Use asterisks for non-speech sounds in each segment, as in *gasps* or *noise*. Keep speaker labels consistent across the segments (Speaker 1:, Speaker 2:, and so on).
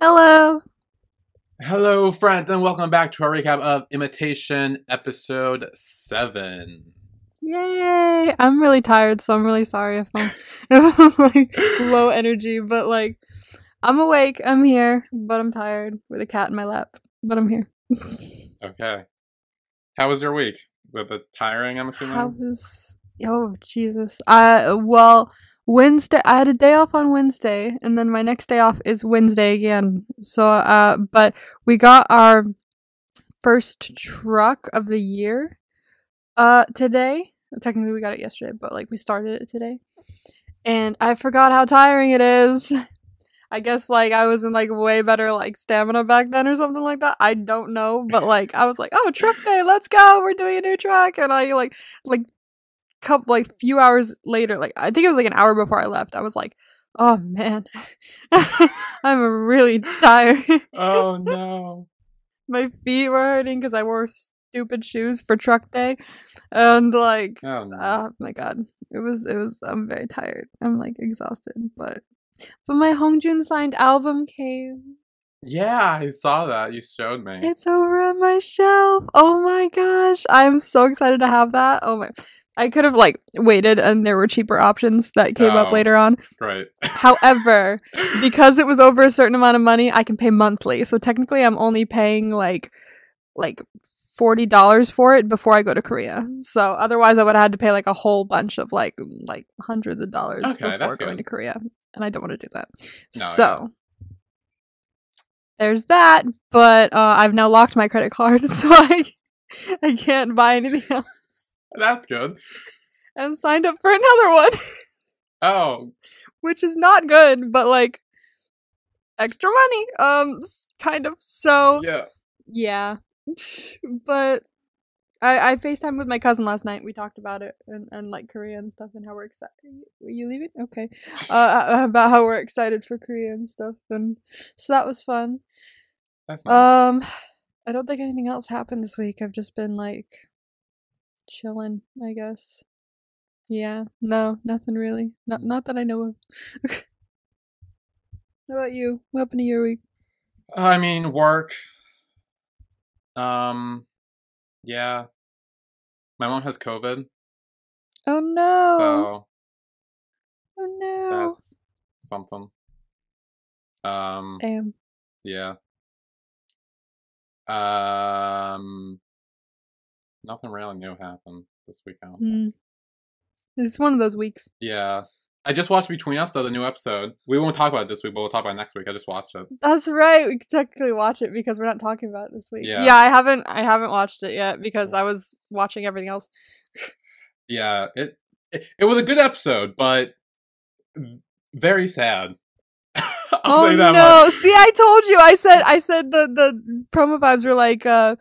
Speaker 1: Hello.
Speaker 2: Hello, friends, and welcome back to our recap of Imitation Episode 7.
Speaker 1: Yay. I'm really tired, so I'm really sorry if I'm, *laughs* if I'm like low energy, but like I'm awake, I'm here, but I'm tired with a cat in my lap, but I'm here. *laughs*
Speaker 2: Okay. How was your week? With the tiring, I'm assuming?
Speaker 1: How *laughs* was oh Jesus. I well Wednesday I had a day off on Wednesday and then my next day off is Wednesday again. So uh but we got our first truck of the year uh today. Technically we got it yesterday, but like we started it today. And I forgot how tiring it is. I guess like I was in like way better like stamina back then or something like that. I don't know, but like I was like, "Oh, truck day, let's go. We're doing a new truck." And I like like couple like few hours later, like I think it was like an hour before I left, I was like, "Oh man. *laughs* I'm really tired. *laughs*
Speaker 2: oh, no.
Speaker 1: My feet were hurting cuz I wore stupid shoes for truck day." And like
Speaker 2: Oh, no.
Speaker 1: oh my god. It was it was I'm very tired. I'm like exhausted, but but my Hongjun signed album came.
Speaker 2: yeah, I saw that. You showed me.
Speaker 1: It's over on my shelf. Oh my gosh. I'm so excited to have that. Oh my. I could have like waited and there were cheaper options that came up
Speaker 2: Oh.
Speaker 1: later on.
Speaker 2: Great.
Speaker 1: However, because it was over a certain amount of money, I can pay monthly. So technically I'm only paying like like $40 for it before I go to Korea. So otherwise I would have had to pay like a whole bunch of like like hundreds of dollars
Speaker 2: Okay,
Speaker 1: before
Speaker 2: that's
Speaker 1: going
Speaker 2: good.
Speaker 1: to Korea. And I don't want to do that.
Speaker 2: No, I
Speaker 1: so there's that, but uh, I've now locked my credit card *laughs* so I I can't buy anything else.
Speaker 2: That's good.
Speaker 1: And signed up for another one,
Speaker 2: Oh,
Speaker 1: which is not good, but like extra money. Um s- kind of so
Speaker 2: yeah.
Speaker 1: Yeah. *laughs* but I, I FaceTime with my cousin last night. We talked about it and, and like Korea and stuff and how we're excited. Will you leave it? Okay. Uh, about how we're excited for Korea and stuff. And so that was fun.
Speaker 2: That's nice.
Speaker 1: Um, I don't think anything else happened this week. I've just been like chilling, I guess. Yeah. No, nothing really. Not not that I know of. *laughs* how about you? What happened to your week?
Speaker 2: I mean, work. Um, yeah. My mom has COVID,
Speaker 1: Oh no!
Speaker 2: so
Speaker 1: oh no!
Speaker 2: that's something. Um,
Speaker 1: Damn.
Speaker 2: Yeah. Um, nothing really new happened this weekend.
Speaker 1: Mm. It's one of those weeks.
Speaker 2: Yeah. I just watched Between Us though, the new episode. We won't talk about it this week, but we'll talk about it next week. I just watched it.
Speaker 1: That's right. We could technically watch it because we're not talking about it this week.
Speaker 2: Yeah.
Speaker 1: yeah, I haven't. I haven't watched it yet because I was watching everything else.
Speaker 2: Yeah, it it, it was a good episode, but very sad. *laughs* I'll
Speaker 1: oh
Speaker 2: say that
Speaker 1: no!
Speaker 2: much.
Speaker 1: See, I told you. I said. I said the the promo vibes were like, uh,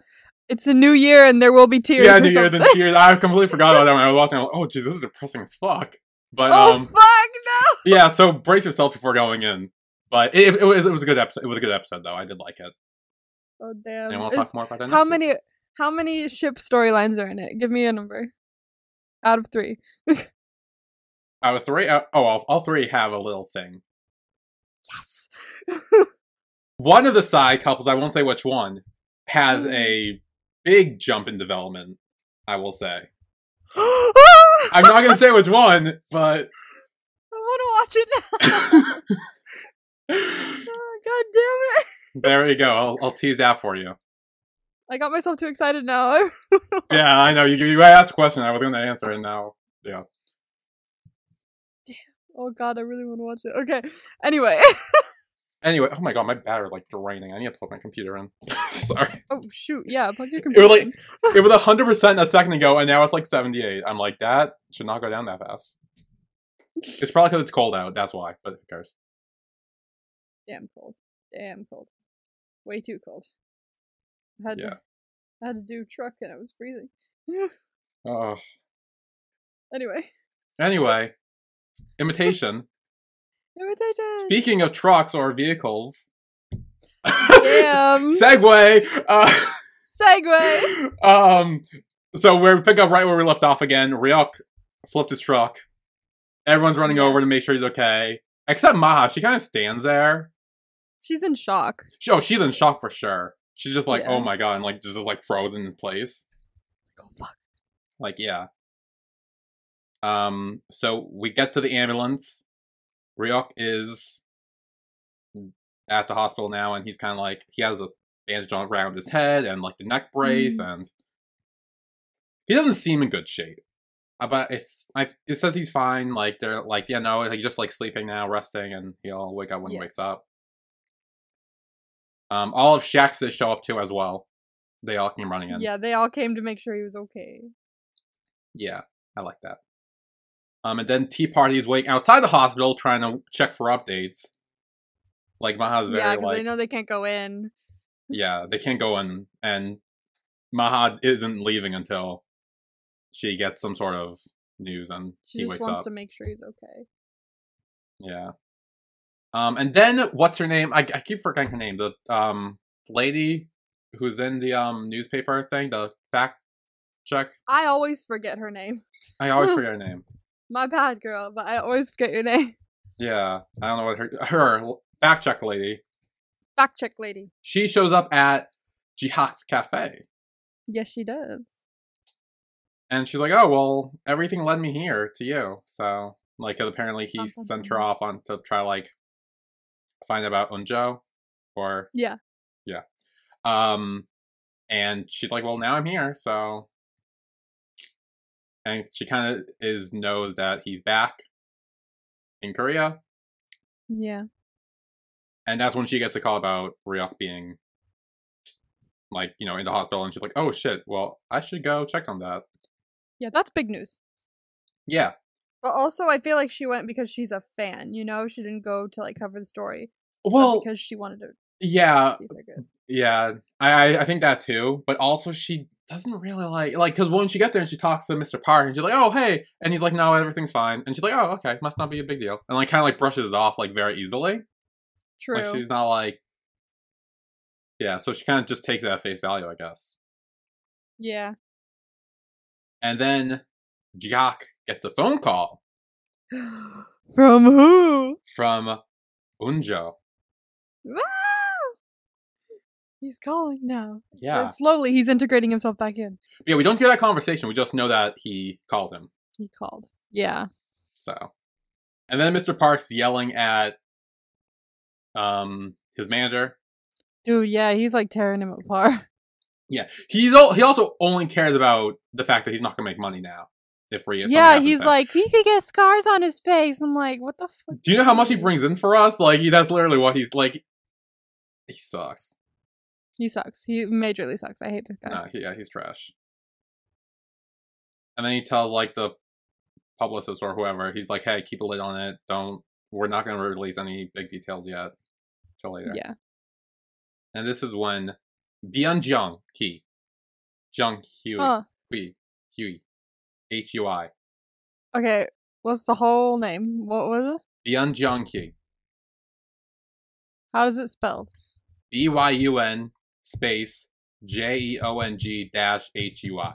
Speaker 1: "It's a new year and there will be tears."
Speaker 2: yeah,
Speaker 1: or
Speaker 2: New Year
Speaker 1: something. *laughs*
Speaker 2: than Tears. I completely forgot about that when I was watching. I was like, oh, geez, this is depressing as fuck. But
Speaker 1: *laughs* oh
Speaker 2: um,
Speaker 1: fuck
Speaker 2: yeah, so brace yourself before going in. But it, it was it was a good episode. It was a good episode though. I did like it.
Speaker 1: no! Oh
Speaker 2: And
Speaker 1: damn!
Speaker 2: we'll
Speaker 1: It's-
Speaker 2: talk more about that.
Speaker 1: how
Speaker 2: next week.
Speaker 1: many? How many ship storylines are in it? Give me a number. Out of three.
Speaker 2: Out of three, uh, oh, all, all three have a little thing.
Speaker 1: Yes. *gasps*
Speaker 2: One of the side couples, I won't say which one, has
Speaker 1: Mm-hmm.
Speaker 2: a big jump in development. I will say. I'm not gonna
Speaker 1: *laughs*
Speaker 2: say which one, but
Speaker 1: I want to watch it now. *laughs* Oh, God damn it!
Speaker 2: there you go. I'll, I'll tease that
Speaker 1: *laughs*
Speaker 2: for you.
Speaker 1: I got myself too excited now. *laughs*
Speaker 2: Yeah, I know. You you asked a question. I was gonna answer, and now
Speaker 1: oh God, I really want to watch it. Okay. Anyway. *laughs*
Speaker 2: anyway. Oh my god, my battery like draining. I need to plug my computer in. *laughs* Sorry.
Speaker 1: Oh shoot! Yeah, plug your
Speaker 2: It
Speaker 1: computer.
Speaker 2: was
Speaker 1: in.
Speaker 2: like it was hundred percent a second ago, and now it's like seventy eight. I'm like that should not go down that fast. It's probably because it's cold out. That's why. But who cares?
Speaker 1: Damn cold. Damn cold. Way too cold. I had
Speaker 2: Yeah.
Speaker 1: to, I had to do truck and I was freezing.
Speaker 2: Oh.
Speaker 1: Anyway, *laughs*
Speaker 2: Anyway, imitation.
Speaker 1: imitation.
Speaker 2: *laughs* Speaking of trucks or vehicles, *laughs*
Speaker 1: Damn.
Speaker 2: segue. Uh,
Speaker 1: Segway.
Speaker 2: um, so we pick up right where we left off again. Ryok flipped his truck. Everyone's running over to
Speaker 1: Yes.
Speaker 2: make sure he's okay, except Maha. She kind of stands there.
Speaker 1: She's in shock.
Speaker 2: She- Oh, she's in shock for sure. She's just like,
Speaker 1: Yeah.
Speaker 2: oh my god, and like just is like frozen in place.
Speaker 1: Go fuck.
Speaker 2: Like, yeah. Um, so we get to the ambulance. Ryok is at the hospital now, and he's kind of like he has a bandage on around his head and like the neck brace,
Speaker 1: Mm.
Speaker 2: and he doesn't seem in good shape. Uh, But it's I, it says he's fine. Like they're like, yeah, no, he's just like sleeping now, resting, and he'll wake up when he
Speaker 1: Yeah.
Speaker 2: wakes up. Um, all of Shax's show up too as well. They all came running in.
Speaker 1: Yeah, they all came to make sure he was okay.
Speaker 2: Yeah, I like that. Um, and then Tea Party is waiting outside the hospital trying to check for updates. Like Maha's very
Speaker 1: yeah, because
Speaker 2: like
Speaker 1: they know *laughs* they can't go in.
Speaker 2: yeah they can't go in and Maha isn't leaving until she gets some sort of news and
Speaker 1: She
Speaker 2: he
Speaker 1: just
Speaker 2: wakes
Speaker 1: wants
Speaker 2: up.
Speaker 1: to make sure he's okay.
Speaker 2: Yeah. Um, and then what's her name? I, I keep forgetting her name. The um lady who's in the um newspaper thing, the fact check.
Speaker 1: I always forget her name. *laughs*
Speaker 2: I always forget her name.
Speaker 1: My bad, girl, but I always forget your name. *laughs*
Speaker 2: Yeah, I don't know what her her fact check lady.
Speaker 1: Fact check lady.
Speaker 2: She shows up at Jihak's cafe,
Speaker 1: Yes, she does.
Speaker 2: and she's like, "Oh well, everything led me here to you." So like, 'cause apparently he
Speaker 1: Bum, bum,
Speaker 2: sent
Speaker 1: bum.
Speaker 2: her off on to try like find about Unjo, or
Speaker 1: Yeah.
Speaker 2: yeah, um, and she's like, "Well, now I'm here." So, and she kind of is knows that he's back in Korea,
Speaker 1: Yeah.
Speaker 2: and that's when she gets a call about Ryuk being like you know in the hospital, and she's like, "Oh shit, well I should go check on that."
Speaker 1: Yeah, that's big news.
Speaker 2: Yeah,
Speaker 1: But also, I feel like she went because she's a fan, you know? She didn't go to, like, cover the story. but
Speaker 2: well, uh,
Speaker 1: because she wanted to
Speaker 2: yeah,
Speaker 1: see if they're
Speaker 2: *laughs*
Speaker 1: good.
Speaker 2: yeah, I I- I think that too, but also she doesn't really like like because when she gets there and she talks to Mr. Park and she's like, "Oh hey," and he's like, "No, everything's fine," and she's like, "Oh okay, must not be a big deal," and like kind of like brushes it off like very easily.
Speaker 1: True.
Speaker 2: Like she's not like, yeah, so she kind of just takes it at face value, I guess.
Speaker 1: yeah. *gasps*
Speaker 2: And then Jack gets a phone call
Speaker 1: From who? Ah!
Speaker 2: from Unjo.
Speaker 1: He's calling now.
Speaker 2: Yeah.
Speaker 1: And slowly, he's integrating himself back in.
Speaker 2: Yeah, we don't hear that conversation. We just know that he called him.
Speaker 1: He called. Yeah.
Speaker 2: So. And then Mr. Parks yelling at um his manager.
Speaker 1: Dude, yeah, he's, like, tearing him apart.
Speaker 2: *laughs* Yeah. He's al- he also only cares about the fact that he's not going to make money now if Rhea something
Speaker 1: Yeah,
Speaker 2: happens
Speaker 1: he's
Speaker 2: to him.
Speaker 1: like, he could get scars on his face. I'm like, what the fuck?
Speaker 2: Do you know how much he brings in for us? Like he- that's literally what he's like he sucks.
Speaker 1: He sucks. He majorly sucks. I hate this guy.
Speaker 2: No, he, yeah, he's trash. And then he tells like the publicist or whoever, he's like, "Hey, keep a lid on it. Don't. We're not going to release any big details yet till later."
Speaker 1: yeah.
Speaker 2: And this is when Bian Jiang He, Jiang Hui,
Speaker 1: Huh.
Speaker 2: Hui, Hui, H U I,
Speaker 1: Okay. What's the whole name? What was it?
Speaker 2: Bian Jiang He,
Speaker 1: How is it spelled?
Speaker 2: B Y U N space J E O N G dash H U I,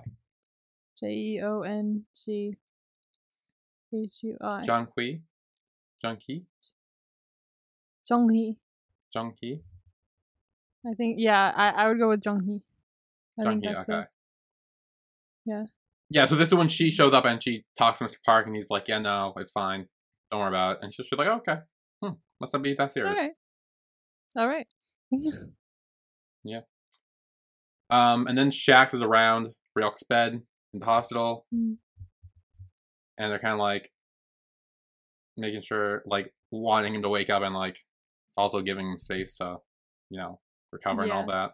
Speaker 1: J E O N G H U I.
Speaker 2: Jiang Hui, Jiang He,
Speaker 1: Jonghee.
Speaker 2: Jiang He,
Speaker 1: I think. Yeah, I, I would go with Jonghee. I
Speaker 2: Jiang
Speaker 1: think
Speaker 2: He.
Speaker 1: that's
Speaker 2: Okay.
Speaker 1: it. Yeah.
Speaker 2: Yeah, so this is when she shows up and she talks to Mr. Park, and he's like, "Yeah, no, it's fine. Don't worry about it." And she's she's like, "Okay, hmm, must not be that
Speaker 1: All
Speaker 2: serious."
Speaker 1: right. All right.
Speaker 2: Um, and then Shax is around Ryok's bed in the hospital,
Speaker 1: Mm.
Speaker 2: and they're kind of like making sure, like wanting him to wake up, and like also giving him space to, you know, recover and all that.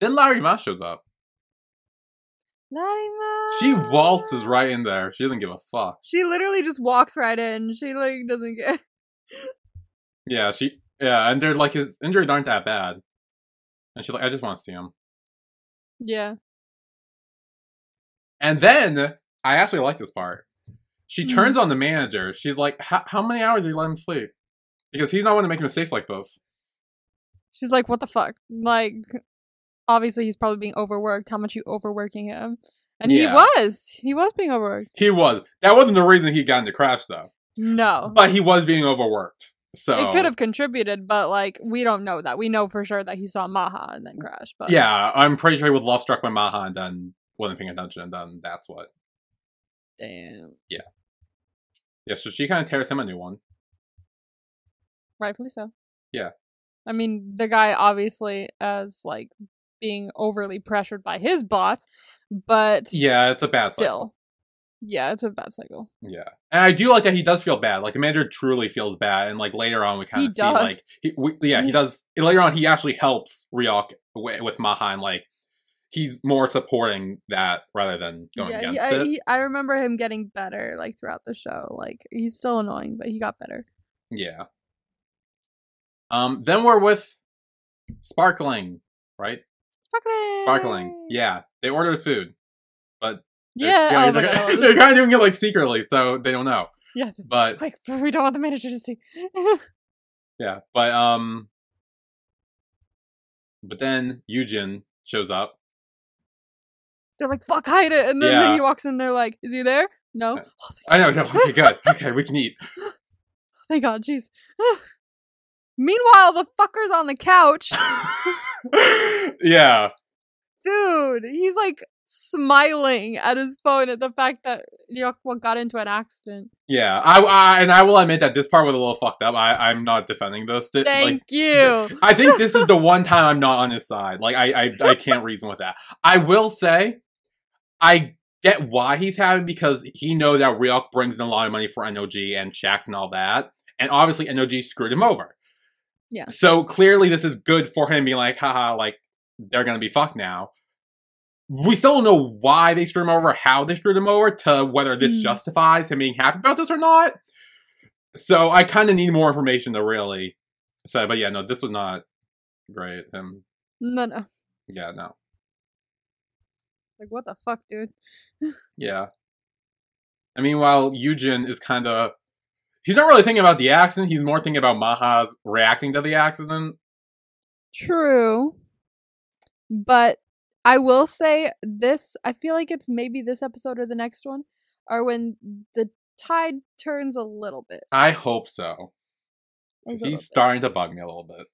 Speaker 2: Then Larry Ma shows up.
Speaker 1: Larima!
Speaker 2: She
Speaker 1: Ah.
Speaker 2: waltzes right in there. She doesn't give a fuck.
Speaker 1: She literally just walks right in. She like doesn't care. *laughs*
Speaker 2: Yeah, she. Yeah, and they're like his injuries aren't that bad, and she's like, I just want to see him.
Speaker 1: Yeah.
Speaker 2: And then I actually like this part. She
Speaker 1: Mhm.
Speaker 2: turns on the manager. She's like, "How how many hours do you let him sleep? Because he's not one to make mistakes like this."
Speaker 1: She's like, what the fuck? Like, obviously he's probably being overworked. How much you overworking him? And
Speaker 2: Yeah.
Speaker 1: he was. He was being overworked.
Speaker 2: He was. That wasn't the reason he got into crash though.
Speaker 1: No.
Speaker 2: But he was being overworked. So
Speaker 1: It could have contributed, but like we don't know that. We know for sure that he saw Maha and then crashed. But
Speaker 2: Yeah, I'm pretty sure he was love struck by Maha and then wasn't paying attention, and then that's what.
Speaker 1: damn,
Speaker 2: Yeah, so she kind of tears him a new one.
Speaker 1: rightfully so.
Speaker 2: Yeah.
Speaker 1: I mean, the guy obviously as like being overly pressured by his boss, but
Speaker 2: Yeah, it's a bad
Speaker 1: still,
Speaker 2: cycle.
Speaker 1: yeah, it's a bad cycle.
Speaker 2: Yeah, and I do like that he does feel bad. Like the manager truly feels bad, and like later on we kind
Speaker 1: He
Speaker 2: of see like
Speaker 1: does.
Speaker 2: he, we, yeah he does. Later on he actually helps Ryok wi- with Maha, and like he's more supporting that rather than going
Speaker 1: yeah, he-
Speaker 2: against
Speaker 1: I,
Speaker 2: it.
Speaker 1: he- I remember him getting better like throughout the show. Like he's still annoying, but he got better.
Speaker 2: yeah. Um. Then we're with Sparkling, right?
Speaker 1: Sparkling,
Speaker 2: Sparkling. Yeah, they ordered food.
Speaker 1: yeah.
Speaker 2: They're-
Speaker 1: oh my
Speaker 2: they're,
Speaker 1: God, I love
Speaker 2: *laughs* they're
Speaker 1: this.
Speaker 2: kind of doing it like secretly, so they don't know.
Speaker 1: yeah.
Speaker 2: But
Speaker 1: Quick, *laughs* we don't want the manager to see.
Speaker 2: yeah, but um, but then Yujin shows up.
Speaker 1: they're like, "Fuck, hide it!" And then
Speaker 2: Yeah.
Speaker 1: he walks in. They're like, "Is he there?" No.
Speaker 2: Uh,
Speaker 1: Oh, thank
Speaker 2: I know, no,
Speaker 1: *laughs*
Speaker 2: okay, good, okay, we can eat. *laughs*
Speaker 1: Thank God, jeez. *sighs* Meanwhile, the fucker's on the couch.
Speaker 2: yeah,
Speaker 1: Dude, he's like smiling at his phone at the fact that Ryokwa got into an accident.
Speaker 2: yeah. I, I and I will admit that this part was a little fucked up. I I'm not defending this. Th-
Speaker 1: Thank
Speaker 2: like,
Speaker 1: you.
Speaker 2: I think this is the one time I'm not on his side. Like I, I I can't reason with that. I will say, I get why he's having because he know that Ryuk brings in a lot of money for NOG and Shax and all that, and obviously NOG screwed him over.
Speaker 1: Yeah.
Speaker 2: So clearly, this is good for him being like, haha, like they're gonna be fucked now. We still don't know why they screwed him over, how they screwed him over, to whether this
Speaker 1: Mm.
Speaker 2: justifies him being happy about this or not. So I kind of need more information to really say. But yeah, no, this was not great. Um,
Speaker 1: No, no.
Speaker 2: yeah, no,
Speaker 1: Like, what the fuck, dude?
Speaker 2: yeah. I mean, while Yujin is kind of, he's not really thinking about the accident. He's more thinking about Maha's reacting to the accident.
Speaker 1: True. But I will say this I feel like it's maybe this episode or the next one are when the tide turns a little bit.
Speaker 2: I hope so.
Speaker 1: a little
Speaker 2: He's
Speaker 1: bit.
Speaker 2: starting to bug me a little bit.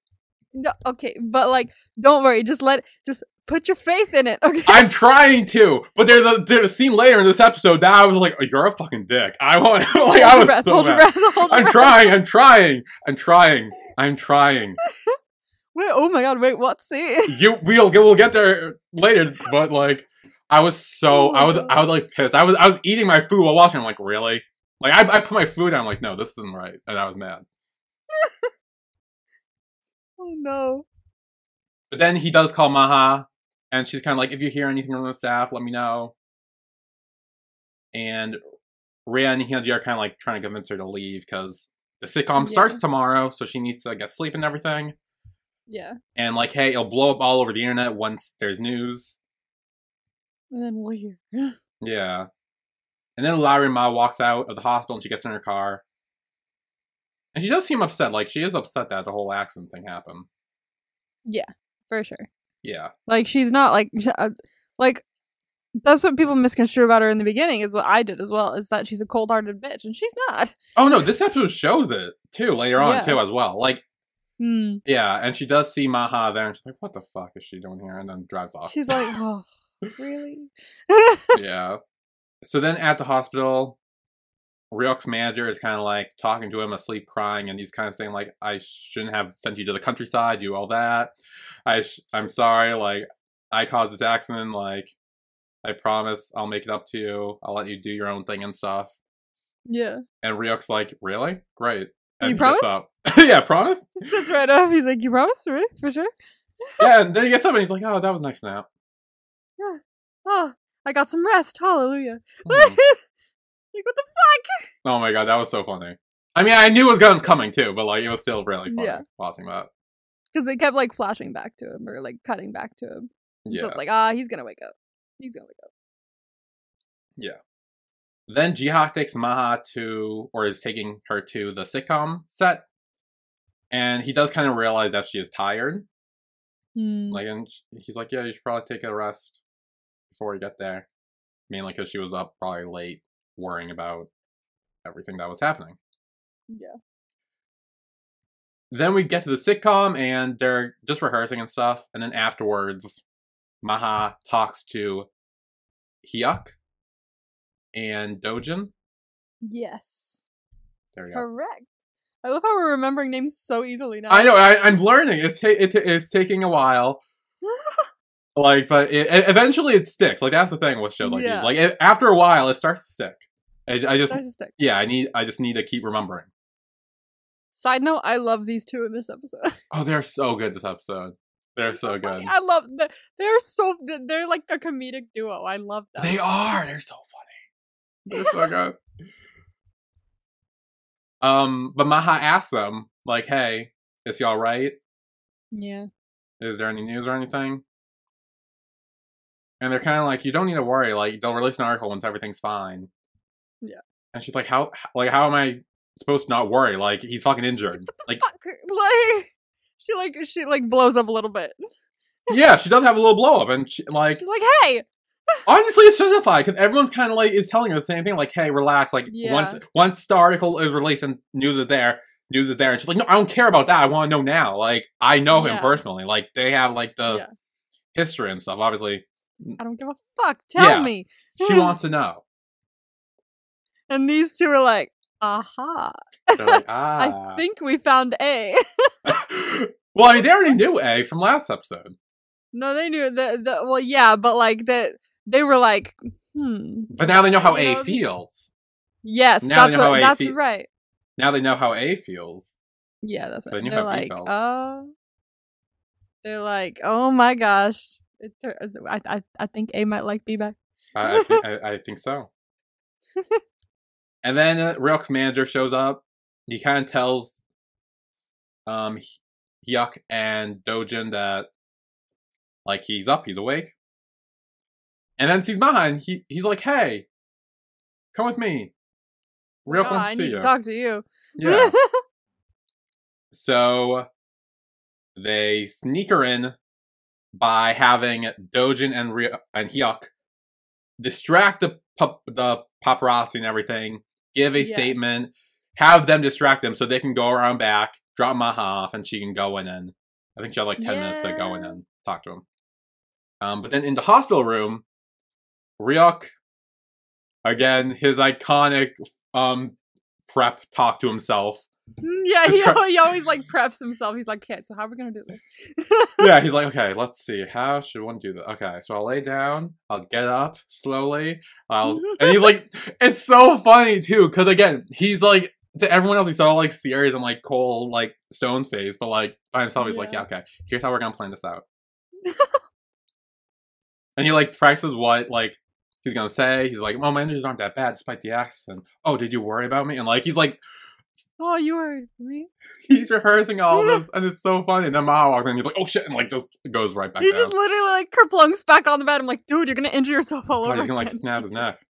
Speaker 1: No, okay, but like, don't worry. Just let, just put your faith in it. *laughs* Okay.
Speaker 2: I'm trying to, but there's a, there's a scene later in this episode that I was like, "You're a fucking dick." I want, *laughs* like, I
Speaker 1: Hold your
Speaker 2: was
Speaker 1: breath,
Speaker 2: so
Speaker 1: hold your
Speaker 2: mad.
Speaker 1: breath, hold your
Speaker 2: I'm
Speaker 1: breath.
Speaker 2: trying, I'm trying, I'm trying, I'm trying.
Speaker 1: Wait, oh my god, wait, what? See,
Speaker 2: You, we'll get, we'll get there later, but like, I was so,
Speaker 1: Oh my
Speaker 2: I was,
Speaker 1: God.
Speaker 2: I was like pissed. I was, I was eating my food while watching. I'm like, really? Like, I, I put my food down. I'm like, no, this isn't right, and I was mad.
Speaker 1: *laughs* oh no.
Speaker 2: But then he does call Maha, and she's kind of like, if you hear anything from the staff, let me know. And Rhea and Hyunji are kind of like trying to convince her to leave because the sitcom
Speaker 1: Yeah.
Speaker 2: starts tomorrow, so she needs to get sleep and everything.
Speaker 1: Yeah,
Speaker 2: And like, hey, it'll blow up all over the internet once there's news.
Speaker 1: and then we'll *gasps* hear.
Speaker 2: Yeah. And then Larry Ma walks out of the hospital and she gets in her car. And she does seem upset. Like, she is upset that the whole accident thing happened.
Speaker 1: For sure.
Speaker 2: Yeah.
Speaker 1: Like she's not like, sh- uh, like that's what people misconstrue about her in the beginning. Is what I did as well. Is that she's a cold-hearted bitch, and she's not.
Speaker 2: Oh, no, this episode shows it too, later on,
Speaker 1: Yeah.
Speaker 2: too, as well. Like,
Speaker 1: Hmm.
Speaker 2: *laughs* Yeah, and she does see Maha there, and she's like, "What the fuck is she doing here?" And then drives off.
Speaker 1: She's like, oh,
Speaker 2: *laughs*
Speaker 1: really?
Speaker 2: yeah. So then at the hospital, Ryok's manager is kind of like talking to him asleep, crying, and he's kind of saying like, "I shouldn't have sent you to the countryside. Do all that. I sh- I'm sorry. Like, I caused this accident. Like, I promise I'll make it up to you. I'll let you do your own thing and stuff."
Speaker 1: yeah.
Speaker 2: And Ryok's like, "Really? Great."
Speaker 1: You
Speaker 2: And he
Speaker 1: promise?
Speaker 2: gets up. *laughs* yeah, promise.
Speaker 1: He sits right up. He's like, you promise, right? For sure.
Speaker 2: yeah, and then he gets up and he's like, "Oh, that was nice nap."
Speaker 1: Oh, I got some rest. Hallelujah. *laughs*
Speaker 2: Hmm.
Speaker 1: like what the fuck?
Speaker 2: Oh my god, that was so funny. I mean, I knew it was gonna coming too, but like it was still really funny
Speaker 1: Yeah.
Speaker 2: watching that.
Speaker 1: Because it kept like flashing back to him or like cutting back to him.
Speaker 2: Yeah.
Speaker 1: So it's like, ah, he's gonna wake up. He's gonna wake up.
Speaker 2: then Jihak takes Maha to, or is taking her to the sitcom set, and he does kind of realize that she is tired.
Speaker 1: Hmm, Mm.
Speaker 2: Like, and sh- he's like, "Yeah, you should probably take a rest before you get there." Mainly because she was up probably late, worrying about everything that was happening.
Speaker 1: Yeah.
Speaker 2: Then we get to the sitcom and they're just rehearsing and stuff. And then afterwards, Maha talks to Hyuk and Dojin.
Speaker 1: Yes.
Speaker 2: *laughs* There we go.
Speaker 1: Correct. I love how we're remembering names so easily now.
Speaker 2: I know. I, I'm learning. It's ta- it, it's taking a while. like, but it, it- eventually it sticks. Like that's the thing with shows like
Speaker 1: Yeah.
Speaker 2: these. Like it, after a while, it starts to stick. I, I just
Speaker 1: Narcissistic.
Speaker 2: yeah. I need. I just need to keep remembering.
Speaker 1: Side note, I love these two in this episode. *laughs*
Speaker 2: Oh, they're so good this episode. They're so good.
Speaker 1: I love that. They're so, they're like a comedic duo. I love them.
Speaker 2: They are. They're so funny. They're so good. Um, but Maha asks them like, "Hey, is y'all right?
Speaker 1: Yeah.
Speaker 2: Is there any news or anything?" And they're kind of like, "You don't need to worry. Like, they'll release an article once everything's fine."
Speaker 1: Yeah.
Speaker 2: And she's like, "How? h- Like, how am I supposed to not worry? Like,
Speaker 1: *laughs*
Speaker 2: he's fucking injured. Like,
Speaker 1: Fuck her. *laughs* Like, she like, she like blows up a little bit.
Speaker 2: yeah, she does have a little blow
Speaker 1: *laughs*
Speaker 2: up, and she, like,
Speaker 1: She's like, hey,
Speaker 2: honestly it's justified because everyone's kind of like is telling her the same thing like hey relax like
Speaker 1: Yeah.
Speaker 2: once once the article is released and news is there news is there and she's like no i don't care about that i want to know now like i know him
Speaker 1: Yeah.
Speaker 2: personally like they have like the
Speaker 1: Yeah.
Speaker 2: history and stuff obviously
Speaker 1: I don't give a fuck. Tell
Speaker 2: Yeah.
Speaker 1: me. Hmm.
Speaker 2: she wants to know
Speaker 1: *laughs* And these two are like, aha.
Speaker 2: They're
Speaker 1: *laughs*
Speaker 2: like,
Speaker 1: I
Speaker 2: ah.
Speaker 1: think we found A. *laughs*
Speaker 2: *laughs* well I mean, they already knew a from last episode
Speaker 1: no, they knew that. The, well, yeah, but like that, they were like, hmm.
Speaker 2: but now they know how
Speaker 1: You
Speaker 2: a
Speaker 1: know,
Speaker 2: feels
Speaker 1: Yes,
Speaker 2: Now they
Speaker 1: that's
Speaker 2: know how
Speaker 1: what.
Speaker 2: A
Speaker 1: That's
Speaker 2: fe-
Speaker 1: right.
Speaker 2: now they know how a feels
Speaker 1: Yeah, that's right.
Speaker 2: Then you
Speaker 1: they're
Speaker 2: have
Speaker 1: like,
Speaker 2: Beefeld.
Speaker 1: uh, they're like, oh my gosh, it, tur- I, I I think A might like B back.
Speaker 2: I, I, think, I, I think so. and then uh, Ryuk's manager shows up. He kind of tells um Hy- Hyuk and Dojin that like he's up, he's awake. And then sees Maha and he, he's like, hey, come with me. Ryuk
Speaker 1: "Oh,
Speaker 2: wants
Speaker 1: I
Speaker 2: to see
Speaker 1: need
Speaker 2: you.
Speaker 1: to talk to you.
Speaker 2: yeah. So they sneak her in by having Dojin and Ryo- and Hyuk distract the pap- the paparazzi and everything, give a
Speaker 1: Yeah.
Speaker 2: statement, have them distract them so they can go around back, drop Maha off, and she can go in and I think she had like ten minutes to go in
Speaker 1: Yeah.
Speaker 2: and talk to him. Um, but then in the hospital room, Ryuk again his iconic um prep talk to himself
Speaker 1: Mm, *laughs* yeah,
Speaker 2: It's
Speaker 1: he,
Speaker 2: pro-
Speaker 1: al- *laughs* he always like preps himself. He's like, okay, so how are we gonna do this?
Speaker 2: yeah, he's like, okay, let's see. How should one do that? Okay, so I'll lay down. I'll get up slowly.
Speaker 1: *laughs*
Speaker 2: I'll, and he's like, it's so funny too, because again, he's like to everyone else, he's so like serious and like cold, like stone face, but like by himself, he's like, yeah,
Speaker 1: Yeah.
Speaker 2: okay, here's how we're gonna plan
Speaker 1: *laughs*
Speaker 2: this out. and he like practices what like he's gonna say. He's like, well, my injuries aren't that bad despite the accident. Oh, did you worry about me? And like he's like *laughs*
Speaker 1: oh, you heard me.
Speaker 2: he's rehearsing all this, and it's so funny. And then Maha walks in, and he's like, oh shit, and like just goes right back.
Speaker 1: He
Speaker 2: down.
Speaker 1: just literally like kerplunks back on the bed. I'm like, dude, you're gonna injure yourself all
Speaker 2: God,
Speaker 1: over
Speaker 2: he's gonna like
Speaker 1: again."
Speaker 2: snap
Speaker 1: *laughs*
Speaker 2: his neck.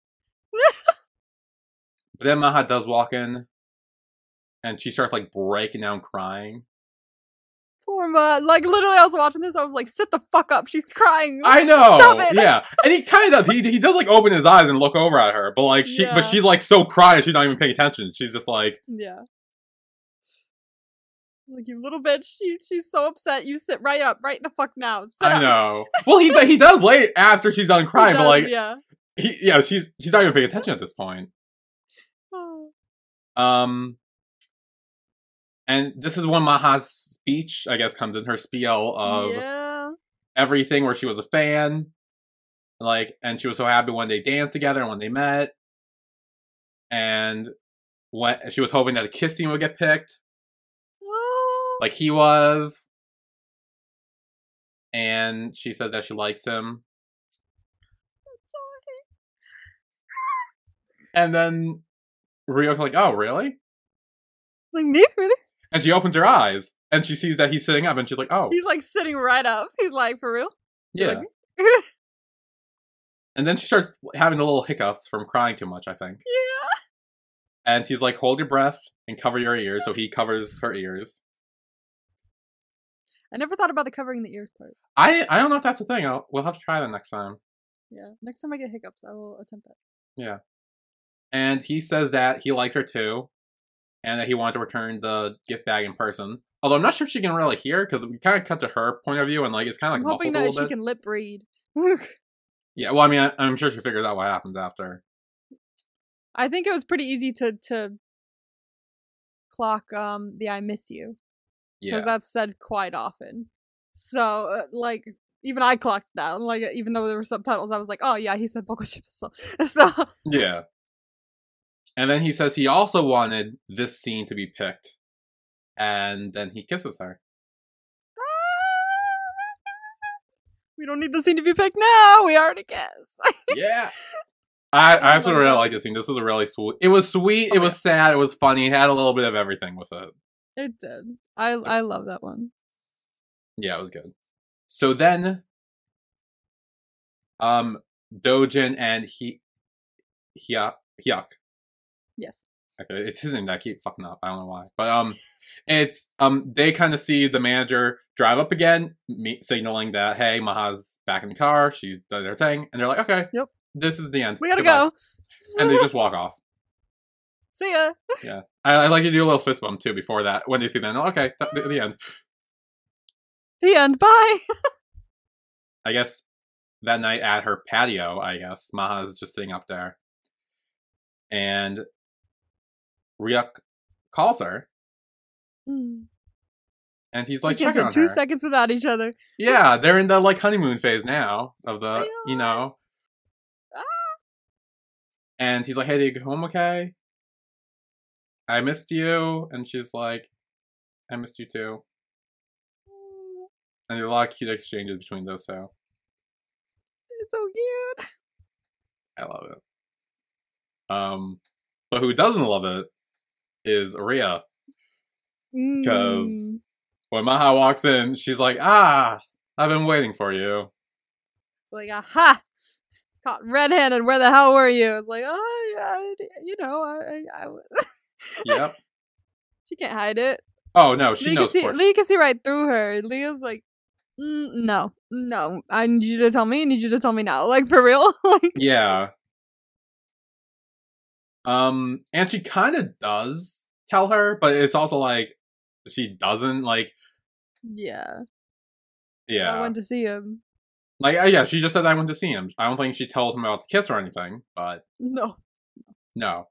Speaker 2: but then Maha does walk in, and she starts like breaking down crying.
Speaker 1: Poor Ma. Like literally, I was watching this. I was like, sit the fuck up. She's crying.
Speaker 2: I know,
Speaker 1: it.
Speaker 2: yeah. And he kind of he he does like open his eyes and look over at her, but like she but
Speaker 1: Yeah.
Speaker 2: she's like so crying, she's not even paying attention. She's just like,
Speaker 1: Yeah. Like you little bitch, she she's so upset. You sit right up, right the fuck now. Sit
Speaker 2: I *laughs*
Speaker 1: up.
Speaker 2: know. well, he he does late after she's
Speaker 1: *laughs*
Speaker 2: done
Speaker 1: He
Speaker 2: crying, but
Speaker 1: does,
Speaker 2: like
Speaker 1: yeah.
Speaker 2: he yeah she's she's not even paying attention at this point.
Speaker 1: Oh,
Speaker 2: Um, and this is when Maha's speech, I guess, comes in her spiel of.
Speaker 1: yeah.
Speaker 2: everything where she was a fan. Like, and she was so happy when they danced together and when they met. And when she was hoping that a kiss scene would get picked,
Speaker 1: Oh,
Speaker 2: *laughs* like he was. And she said that she likes him. And then Ryo's like, oh, really?
Speaker 1: like me, really?
Speaker 2: And she opens her eyes and she sees that he's sitting up and she's like, oh,
Speaker 1: He's like sitting right up. He's like, for real?
Speaker 2: yeah.
Speaker 1: like- "Hmm."
Speaker 2: and then she starts having little hiccups from crying too much, I think.
Speaker 1: *laughs* Yeah.
Speaker 2: And he's like, hold your breath and cover your ears. So he covers her ears.
Speaker 1: I never thought about the covering the ears part.
Speaker 2: I I don't know if that's a thing. I'll, we'll have to try that next time.
Speaker 1: Yeah. Next time I get hiccups, I will attempt that.
Speaker 2: And he says that he likes her too, and that he wanted to return the gift bag in person. Although I'm not sure if she can really hear because we kind of cut to her point of view and like it's kind of
Speaker 1: I'm
Speaker 2: like
Speaker 1: hoping
Speaker 2: muffled a
Speaker 1: that
Speaker 2: little
Speaker 1: she
Speaker 2: bit.
Speaker 1: can lip read.
Speaker 2: Yeah, well, I mean, I, I'm sure she figures out what happens after.
Speaker 1: I think it was pretty easy to to clock um the I miss you
Speaker 2: Yeah,
Speaker 1: because that's said quite often. So uh, like even I clocked that. and, Like even though there were subtitles, I was like, oh yeah, he said *laughs* Boko Shibusa. So *laughs*
Speaker 2: yeah. And then he says he also wanted this scene to be picked, and then he kisses her.
Speaker 1: we don't need the scene to be picked now. We already guessed. *laughs*
Speaker 2: Yeah. I, I actually
Speaker 1: Oh my
Speaker 2: really
Speaker 1: God.
Speaker 2: like this scene. This is a really sweet. It was sweet.
Speaker 1: Oh,
Speaker 2: It was sad. It was funny. It had a little bit of everything with it.
Speaker 1: it did. I I love that one.
Speaker 2: Yeah, it was good. So then, um, Dojin and he, Hyuk, Hyuk.
Speaker 1: Yes.
Speaker 2: Okay, it's his name that I keep fucking up. I don't know why, but um, it's um they kind of see the manager drive up again, me- signaling that hey, Maha's back in the car. She's done her thing, and they're like, okay,
Speaker 1: Yep.
Speaker 2: this is the end.
Speaker 1: We gotta
Speaker 2: Goodbye."
Speaker 1: go.
Speaker 2: and they just walk off.
Speaker 1: *laughs* See ya.
Speaker 2: I, I like to do a little fist bump too before that when they see that. Okay, th- the, the end.
Speaker 1: The end. Bye. *laughs*
Speaker 2: I guess that night at her patio, I guess Maha's just sitting up there, and Ryuk calls her,
Speaker 1: Mm.
Speaker 2: and he's like
Speaker 1: Kids
Speaker 2: checking
Speaker 1: were
Speaker 2: on
Speaker 1: two
Speaker 2: her.
Speaker 1: seconds without each other.
Speaker 2: yeah, they're in the like honeymoon phase now of the
Speaker 1: They
Speaker 2: you
Speaker 1: are.
Speaker 2: know.
Speaker 1: Ah.
Speaker 2: And he's like, "Hey, did you go home okay? I missed you." And she's like, "I missed you too."
Speaker 1: Mm.
Speaker 2: And there are a lot of cute exchanges between those two.
Speaker 1: It's so cute.
Speaker 2: I love it. Um, but who doesn't love it is Rhea. Because
Speaker 1: Mm.
Speaker 2: when Maha walks in, she's like, "Ah, I've been waiting for you."
Speaker 1: It's like, aha! Caught red-handed. Where the hell were you? It's like, oh, yeah, I d- you know, I, I, I was.
Speaker 2: Yep.
Speaker 1: *laughs* she can't hide it.
Speaker 2: Oh no, she
Speaker 1: Lee can
Speaker 2: knows. of
Speaker 1: see.
Speaker 2: course.
Speaker 1: Lee can see right through her. Leah's like, mm, no, no. I need you to tell me. I need you to tell me now. Like for real. *laughs* like,
Speaker 2: Yeah. Um, and she kind of does tell her, but it's also like she doesn't like.
Speaker 1: yeah. I
Speaker 2: Yeah,
Speaker 1: went to see him.
Speaker 2: like uh, yeah, she just said I went to see him. I don't think she told him about the kiss or anything, but
Speaker 1: No,
Speaker 2: no,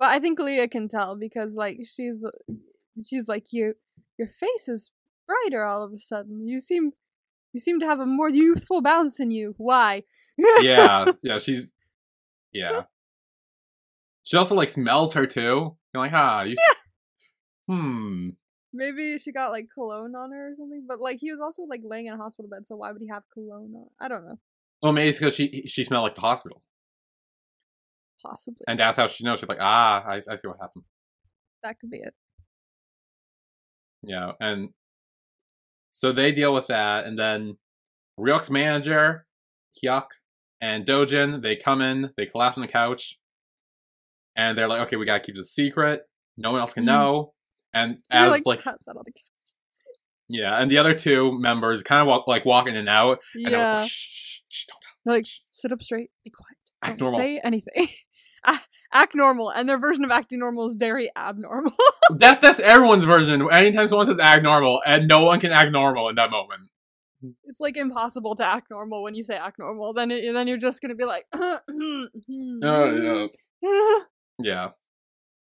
Speaker 1: but I think Leah can tell because like she's, she's like you. Your face is brighter all of a sudden. You seem, you seem to have a more youthful bounce in you. Why?
Speaker 2: yeah, yeah, she's yeah. She also like smells her too. You're like, ah, you. Hmm.
Speaker 1: Maybe she got like cologne on her or something. But like he was also like laying in a hospital bed, so why would he have cologne on? I don't know.
Speaker 2: Well, maybe it's because she she smelled like the hospital,
Speaker 1: Possibly
Speaker 2: and that's how she knows. She's like, ah, I, I see what happened.
Speaker 1: that could be it. *laughs*
Speaker 2: Yeah, and so they deal with that, and then Ryuk's manager, Hyuk, and Dojin, they come in, they collapse on the couch, and they're like, okay, we gotta keep this secret. No one else can
Speaker 1: Mhm.
Speaker 2: know. And
Speaker 1: He,
Speaker 2: as like
Speaker 1: passed out on the couch.
Speaker 2: Yeah, and the other two members kind of walk, like walk in and out. And they're
Speaker 1: Yeah.
Speaker 2: Like, shh, shh, shh, don't
Speaker 1: They're like, sit up straight, be quiet.
Speaker 2: act
Speaker 1: don't
Speaker 2: normal. *laughs*
Speaker 1: say anything. *laughs* A- Act normal, and their version of acting normal is very abnormal. *laughs*
Speaker 2: That's that's everyone's version. Anytime someone says act normal, and no one can act normal in that moment.
Speaker 1: it's like impossible to act normal when you say act normal. Then it, then you're just gonna be like, *laughs* "Uh, mm, Oh, Mm-hmm. yeah,
Speaker 2: Oh, yeah.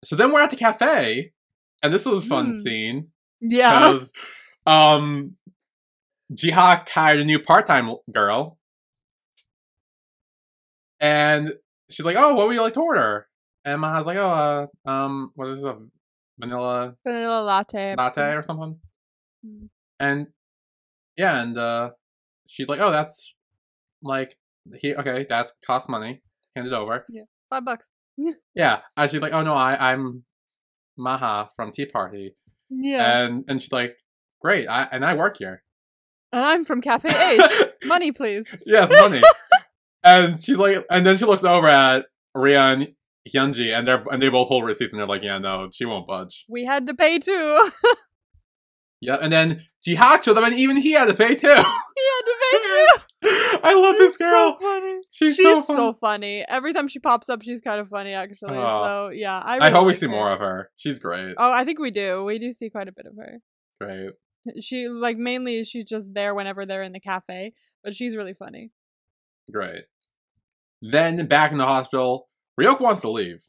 Speaker 2: So then we're at the cafe, and this was a fun
Speaker 1: Hmm.
Speaker 2: scene
Speaker 1: *laughs* yeah.
Speaker 2: because um, Jihak hired a new part-time l- girl, and she's like, "Oh, what would you like to order?" And Maha's like, "Oh, uh, um, what is it, a vanilla
Speaker 1: *laughs* Vanilla latte.
Speaker 2: latte or something?"
Speaker 1: Mm.
Speaker 2: and yeah, and uh she's like, "Oh, that's like he okay, that costs money. Hand it over."
Speaker 1: Five bucks.
Speaker 2: Yeah, and she's like, "Oh no, I I'm Maha from Tea Party,"
Speaker 1: Yeah,
Speaker 2: and and she's like, "Great, I and I work here."
Speaker 1: and I'm from
Speaker 2: *laughs*
Speaker 1: Cafe H. Money, please.
Speaker 2: yes, money. and she's like, and then she looks over at Ria and Hyunji, and they're and they both hold receipts, and they're like, "Yeah, no, she won't budge."
Speaker 1: We had to pay too.
Speaker 2: Yeah, and then Jihak showed up, and even he had to pay too.
Speaker 1: we
Speaker 2: *laughs*
Speaker 1: had to pay too.
Speaker 2: I love this
Speaker 1: It's
Speaker 2: girl.
Speaker 1: So funny.
Speaker 2: she's,
Speaker 1: She's so
Speaker 2: so
Speaker 1: funny.
Speaker 2: fun.
Speaker 1: Every time she pops up, she's kind of funny, actually.
Speaker 2: Aw.
Speaker 1: So yeah, I,
Speaker 2: I
Speaker 1: really
Speaker 2: hope we
Speaker 1: like
Speaker 2: see
Speaker 1: her.
Speaker 2: more of her. She's great.
Speaker 1: Oh, I think we do. We do see quite a bit of her.
Speaker 2: Right.
Speaker 1: She like mainly she's just there whenever they're in the cafe, but she's really funny.
Speaker 2: Right. Then back in the hospital, Ryok wants to leave.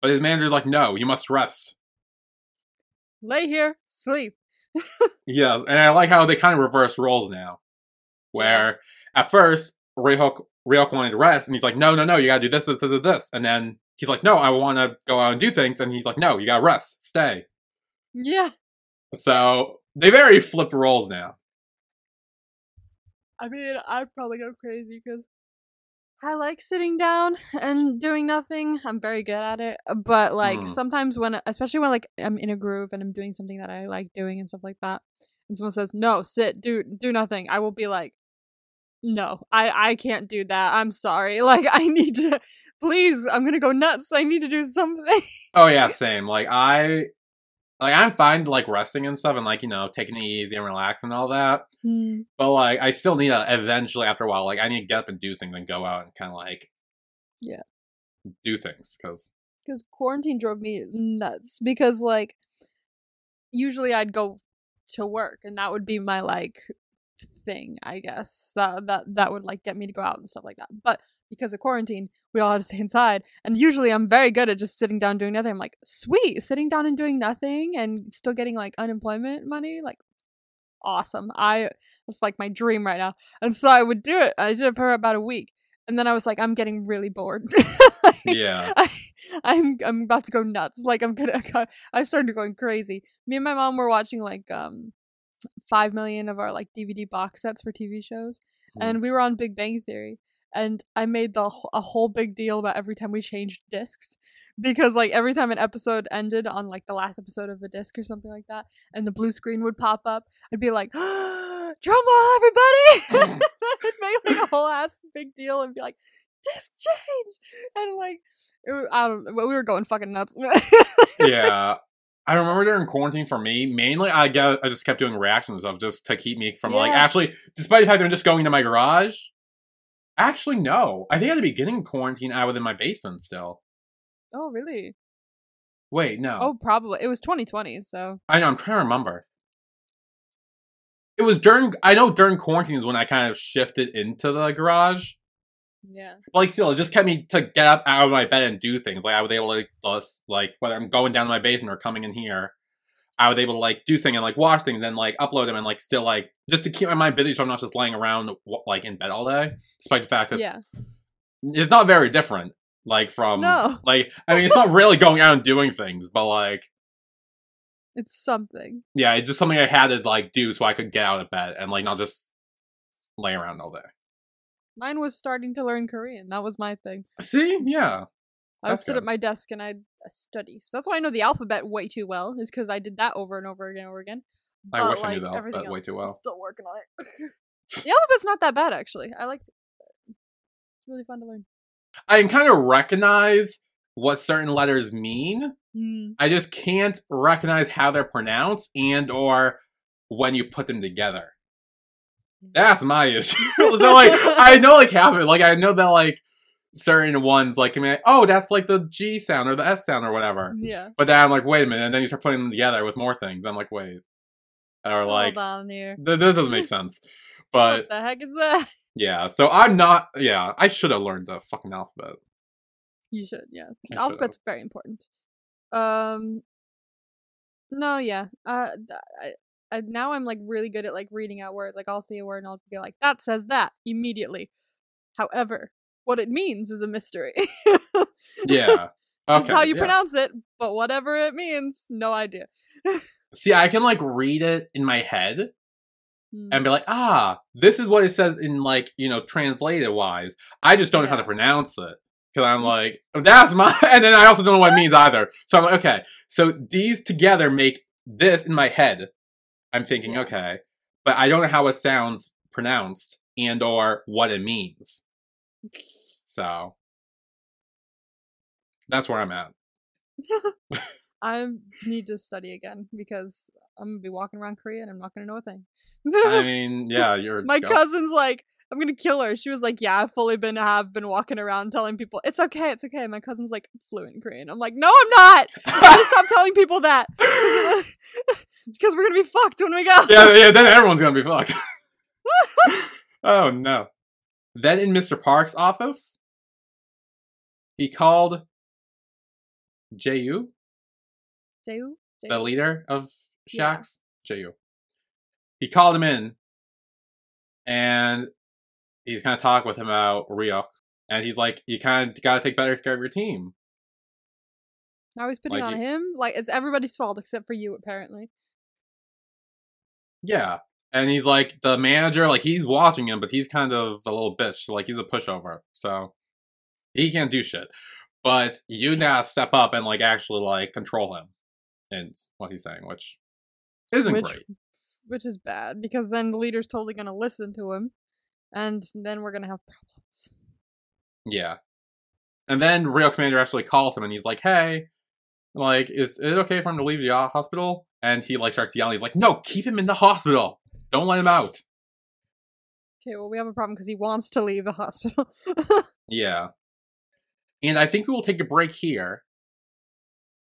Speaker 2: But his manager's like, no, you must rest.
Speaker 1: Lay here, sleep.
Speaker 2: Yes, and I like how they kind of reverse roles now. Where at first Ryok Ryok wanted to rest and he's like, No, no, no, you gotta do this, this, this, and this. And then he's like, No, I wanna go out and do things and he's like, No, you gotta rest, stay.
Speaker 1: Yeah.
Speaker 2: So they very flipped roles now.
Speaker 1: I mean, I'd probably go crazy because I like sitting down and doing nothing. I'm very good at it, but like
Speaker 2: Mm.
Speaker 1: sometimes when, especially when like I'm in a groove and I'm doing something that I like doing and stuff like that, and someone says, "No, sit, do do nothing," I will be like, "No, I I can't do that. I'm sorry. *laughs* Like I need to, please. I'm gonna go nuts. I need to do something."
Speaker 2: Oh yeah, same. Like I like I'm fine like resting and stuff and like, you know, taking it easy and relax and all that. But like I still need to eventually after a while, like I need to get up and do things and go out and kinda like
Speaker 1: Yeah.
Speaker 2: Do things because
Speaker 1: because quarantine drove me nuts because like usually i'd go to work and that would be my like thing i guess that that that would like get me to go out and stuff like that but because of quarantine we all had to stay *laughs* inside and usually i'm very good at just sitting down doing nothing i'm like sweet sitting down and doing nothing and still getting like unemployment money like awesome i that's like my dream right now and so i would do it i did it for about a week and then i was like i'm getting really bored *laughs*
Speaker 2: yeah.
Speaker 1: I, I'm I'm about to go nuts. Like I'm gonna. *laughs* I started going crazy. Me and my mom were watching like um five million of our like DVD box sets for TV shows,
Speaker 2: Hmm.
Speaker 1: and we were on Big Bang Theory, and I made the wh- a whole big deal about every time we changed discs. Because like every time an episode ended on like the last episode of the disc or something like that, and the blue screen would pop up, I'd be like, *gasps* "Drama, *laughs* everybody!" I'd make like a whole ass big deal and be like, "Disc change!" And like, it was, I don't. But we were going fucking nuts. *laughs*
Speaker 2: yeah. I remember during quarantine for me, mainly I got I just kept doing reactions of just to keep me from like
Speaker 1: Yeah.
Speaker 2: actually despite the fact that I'm just going to my garage. Actually no. I think at the beginning of quarantine I was in my basement still.
Speaker 1: oh really?
Speaker 2: Wait, no.
Speaker 1: Oh, probably. It was 2020, so
Speaker 2: I know. I'm trying to remember. It was during. I know during quarantine is when I kind of shifted into the garage.
Speaker 1: yeah.
Speaker 2: But like, still, it just kept me to get up out of my bed and do things. Like I was able to, like, us- like whether I'm going down to my basement or coming in here, I was able to like do things and like watch things and like upload them and like still like just to keep my mind busy so I'm not just laying around w- like in bed all day. Despite the fact that
Speaker 1: Yeah.
Speaker 2: it's not very different. Like from
Speaker 1: No.
Speaker 2: like
Speaker 1: *laughs*
Speaker 2: I mean, it's not really going out and doing things, but like
Speaker 1: It's something.
Speaker 2: yeah, it's just something I had to like do so I could get out of bed and like not just lay around all day.
Speaker 1: Mine was starting to learn Korean. That was my thing.
Speaker 2: See, yeah,
Speaker 1: I would
Speaker 2: That's
Speaker 1: sit
Speaker 2: good.
Speaker 1: at my desk and I'd uh, study. So that's why I know the alphabet way too well, is because I did that over and over again and over again.
Speaker 2: I wish I knew the alphabet
Speaker 1: everything
Speaker 2: way
Speaker 1: else,
Speaker 2: too
Speaker 1: I'm
Speaker 2: well.
Speaker 1: still working on it. *laughs* the alphabet's not that bad, actually. I like It's really fun to learn.
Speaker 2: I can kind of recognize what certain letters mean. I just can't recognize how they're pronounced and or when you put them together. That's my issue. *laughs* so like I know like half of it. Like I know that like certain ones like can be like, oh that's like the G sound or the S sound or whatever.
Speaker 1: Yeah.
Speaker 2: But then I'm like wait a minute, and then you start putting them together with more things. I'm like wait, or like
Speaker 1: Hold on here.
Speaker 2: Th-
Speaker 1: *laughs*
Speaker 2: this doesn't make sense. But
Speaker 1: what the heck is that?
Speaker 2: yeah, so I'm not. Yeah, I should have learned the fucking alphabet.
Speaker 1: You should, yeah.
Speaker 2: I should
Speaker 1: Alphabet's very important. Um, no, yeah. Uh, th- I, I, now I'm like really good at like reading out words. Like I'll see a word and I'll be like, "That says that" immediately. However, what it means is a mystery. *laughs*
Speaker 2: have. Yeah.
Speaker 1: That's how you
Speaker 2: yeah.
Speaker 1: pronounce it, but whatever it means, no idea.
Speaker 2: See, I can like read it in my head
Speaker 1: Hmm.
Speaker 2: and be like, ah, this is what it says in like you know translated wise. I just don't know how to
Speaker 1: Yeah. Mm-hmm.
Speaker 2: pronounce it because I'm like "Oh, that's my, *laughs* and then I also don't know what
Speaker 1: *laughs*
Speaker 2: it means either. So I'm like, okay, so these together make this in my head. I'm thinking,
Speaker 1: Yeah.
Speaker 2: okay, but I don't know how it sounds pronounced and or what it means.
Speaker 1: Mm.
Speaker 2: So that's where I'm at.
Speaker 1: I need to study again because *laughs* I'm gonna be walking around Korea and I'm not gonna know a thing.
Speaker 2: I mean, yeah, you're
Speaker 1: My *laughs*
Speaker 2: *laughs* go-
Speaker 1: cousin's like, I'm gonna kill her. She was like, Yeah, I've fully been have been walking around telling people it's okay, it's okay. My cousin's like fluent Korean. I'm like, No, I'm not. You gotta stop telling people that because we're gonna be fucked when we go.
Speaker 2: yeah, yeah, then everyone's gonna be fucked. *laughs* oh no. Then in Mr. Park's office, he called Ju,
Speaker 1: Jayu,
Speaker 2: the
Speaker 1: Jayu?
Speaker 2: leader of
Speaker 1: Yeah.
Speaker 2: Shax. Ju. He called him in and he's kind of talking with him about Ryok. And he's like, you kind of got to take better care of your team.
Speaker 1: Now he's putting
Speaker 2: Like
Speaker 1: on
Speaker 2: you-
Speaker 1: him. Like it's everybody's fault except for you, apparently.
Speaker 2: Yeah. And he's like, the manager, like, he's watching him, but he's kind of a little bitch. Like, he's a pushover. So he can't do shit. But you now step up and, like, actually, like, control him and what he's saying, which isn't
Speaker 1: Which-
Speaker 2: great.
Speaker 1: Which is bad because then the leader's totally gonna listen to him and then we're gonna have problems.
Speaker 2: Yeah. And then Rio Commander actually calls him and he's like, hey, like, is it okay for him to leave the uh, hospital? And he, like, starts yelling. He's like, no, keep him in the hospital. Don't let him out.
Speaker 1: Okay, well we have a problem because he wants to leave the hospital. *laughs*
Speaker 2: Yeah. And I think we will take a break here.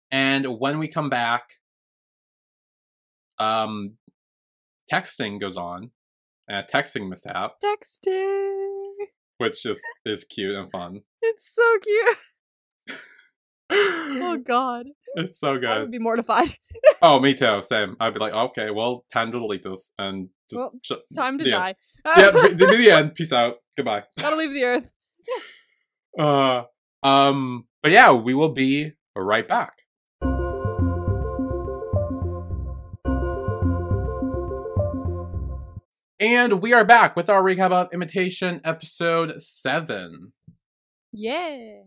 Speaker 2: And when we come back, um, texting goes on, uh, texting mishap,
Speaker 1: Texting.
Speaker 2: which is is cute and fun.
Speaker 1: It's so cute. *laughs* Oh god.
Speaker 2: *laughs* it's so
Speaker 1: I *laughs* would
Speaker 2: good.
Speaker 1: be mortified.
Speaker 2: Oh, me too. Same. I'd be like, okay, well, time to delete this and just
Speaker 1: Well, *laughs*
Speaker 2: shut-
Speaker 1: Time to
Speaker 2: Yeah.
Speaker 1: die.
Speaker 2: *laughs*
Speaker 1: *laughs*
Speaker 2: yeah, do do the end. Peace out. Goodbye.
Speaker 1: Gotta leave the earth.
Speaker 2: Uh, um, but yeah, we will be right back. And we are back with our recap of Imitation episode seven.
Speaker 1: Yeah.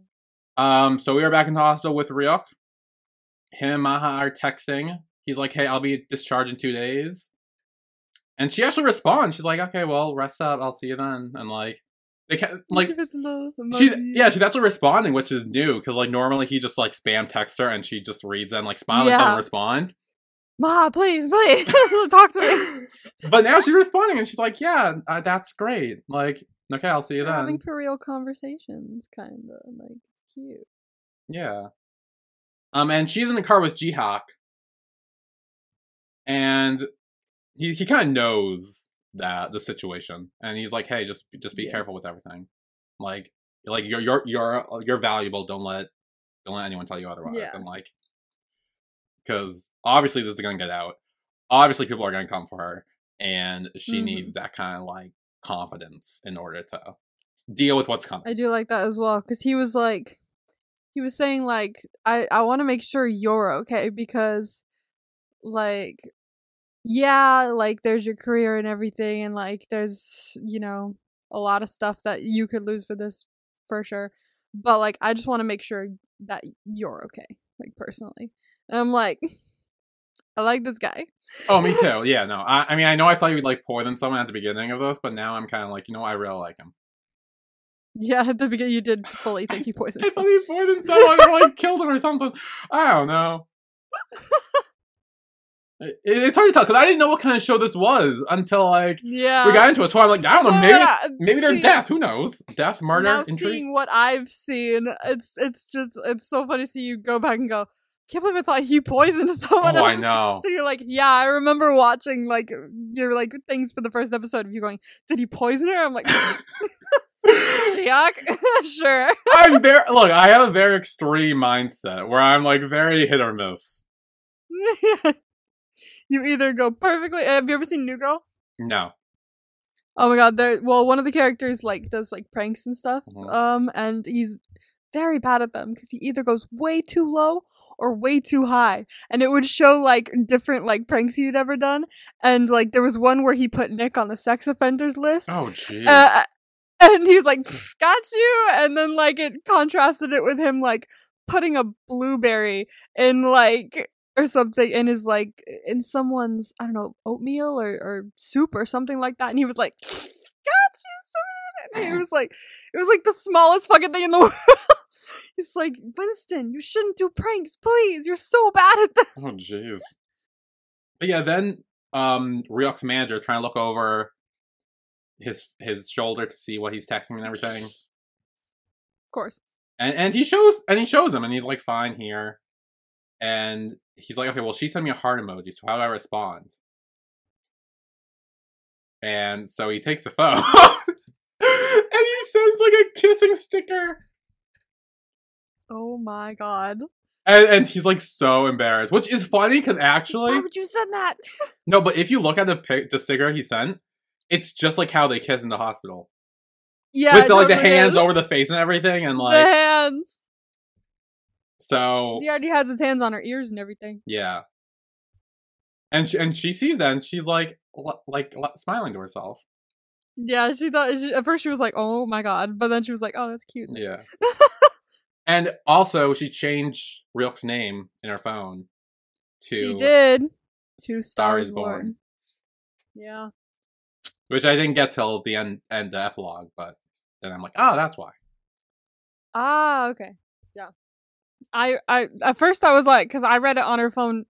Speaker 2: Um, so we are back in the hospital with Ryok. Him and Maha are texting. He's like, hey, I'll be discharged in two days. And she actually responds. She's like, okay, well, rest up. I'll see you then. And like, they can like, She's yeah, she's actually responding, which is new because like normally he just like spam texts her and she just reads and like smile and
Speaker 1: Yeah.
Speaker 2: don't respond.
Speaker 1: Ma, please, please, *laughs* talk to me.
Speaker 2: *laughs* But now she's responding and she's like, "Yeah, uh, that's great. Like, okay, I'll see you
Speaker 1: We're having
Speaker 2: then."
Speaker 1: for real conversations, kind of like it's cute.
Speaker 2: Yeah. Um, and she's in the car with Jihak, and he he kind of knows that the situation, and he's like, "Hey, just just be
Speaker 1: Yeah.
Speaker 2: careful with everything. Like, like you're you're you're you're valuable. Don't let don't let anyone tell you otherwise."
Speaker 1: Yeah.
Speaker 2: And like, because obviously this is gonna get out. Obviously, people are gonna come for her, and she
Speaker 1: Mhm.
Speaker 2: needs that kind of like confidence in order to deal with what's coming.
Speaker 1: I do like that as well because he was like, he was saying like, I I want to make sure you're okay because, like, yeah, like there's your career and everything, and like there's you know a lot of stuff that you could lose for this for sure, but like I just want to make sure that you're okay, like personally. And I'm like, *laughs* I like this guy. *laughs*
Speaker 2: Oh, me too. Yeah, no. I, I mean, I know I thought you'd like poison someone at the beginning of this, but now I'm kind of like, you know, what? I really like him.
Speaker 1: Yeah, at the beginning you did fully think you poisoned.
Speaker 2: *laughs* I
Speaker 1: someone.
Speaker 2: thought you poisoned someone
Speaker 1: *laughs*
Speaker 2: or like killed him or something. I don't know. It, it's hard to tell because I didn't know what kind of show this was until like
Speaker 1: Yeah,
Speaker 2: we got into it. So I'm like, I don't know. Maybe it's-
Speaker 1: Yeah, um,
Speaker 2: maybe they're
Speaker 1: see-
Speaker 2: death. Who knows? Death, murder,
Speaker 1: now
Speaker 2: intrigue.
Speaker 1: seeing what I've seen, it's it's just it's so funny to see you go back and go. Can't believe I thought he poisoned *laughs* someone.
Speaker 2: Oh, I
Speaker 1: else." *laughs*
Speaker 2: know.
Speaker 1: So you're like, yeah, I remember watching like your like things for the first episode of you going, did he poison her? I'm
Speaker 2: *laughs*
Speaker 1: like, Shiok, *laughs* sure.
Speaker 2: *laughs* I'm very look. I have a very extreme mindset where I'm like very hit or miss.
Speaker 1: you either go perfectly. Have you ever seen New Girl?
Speaker 2: No.
Speaker 1: Oh my god, there well one of the characters like does like pranks and stuff.
Speaker 2: Mhm.
Speaker 1: Um and he's very bad at them because he either goes way too low or way too high. And it would show like different like pranks he'd ever done. And like there was one where he put Nick on the sex offenders list.
Speaker 2: Oh, jeez.
Speaker 1: Uh, and he was like, "Pff, "Got you," and then like it contrasted it with him like putting a blueberry in like or something in his like in someone's I don't know oatmeal or, or soup or something like that, and he was like, "Got you." Son. And
Speaker 2: *laughs*
Speaker 1: it was like it was like the smallest fucking thing in the *laughs* world. He's like, Winston, you shouldn't do pranks, please. You're so bad at them.
Speaker 2: Oh jeez. But yeah, then um Ryok's manager is trying to look over his his shoulder to see what he's texting and everything.
Speaker 1: Of course.
Speaker 2: And and he shows and he shows him and he's like, fine here. And he's like, okay, well she sent me a heart emoji, so how do I respond? *laughs* And so he takes a phone and he sends like a kissing sticker.
Speaker 1: Oh my god.
Speaker 2: And, and he's like so embarrassed, which is funny because actually,
Speaker 1: Why would you send that?
Speaker 2: no, but if you look at the pic, the sticker he sent, it's just like how they kiss in the hospital
Speaker 1: yeah.
Speaker 2: with the,
Speaker 1: it
Speaker 2: like the
Speaker 1: totally
Speaker 2: hands
Speaker 1: is.
Speaker 2: over the face and everything, and
Speaker 1: the *laughs*
Speaker 2: like
Speaker 1: hands.
Speaker 2: so
Speaker 1: He already has his hands on her ears and everything.
Speaker 2: yeah. And she, and she sees that and she's like l- like l- smiling to herself.
Speaker 1: Yeah, she thought she, at first she was like, "Oh my god," but then she was like, "Oh, that's cute." *laughs*
Speaker 2: Yeah. and also, she changed Ryuk's name in her phone to
Speaker 1: she did. Two
Speaker 2: Star is Born,
Speaker 1: Yeah.
Speaker 2: which I didn't get till the end end the epilogue, but then I'm like, oh, that's why.
Speaker 1: Ah, okay. Yeah. I I at first I was like cuz I read it on her phone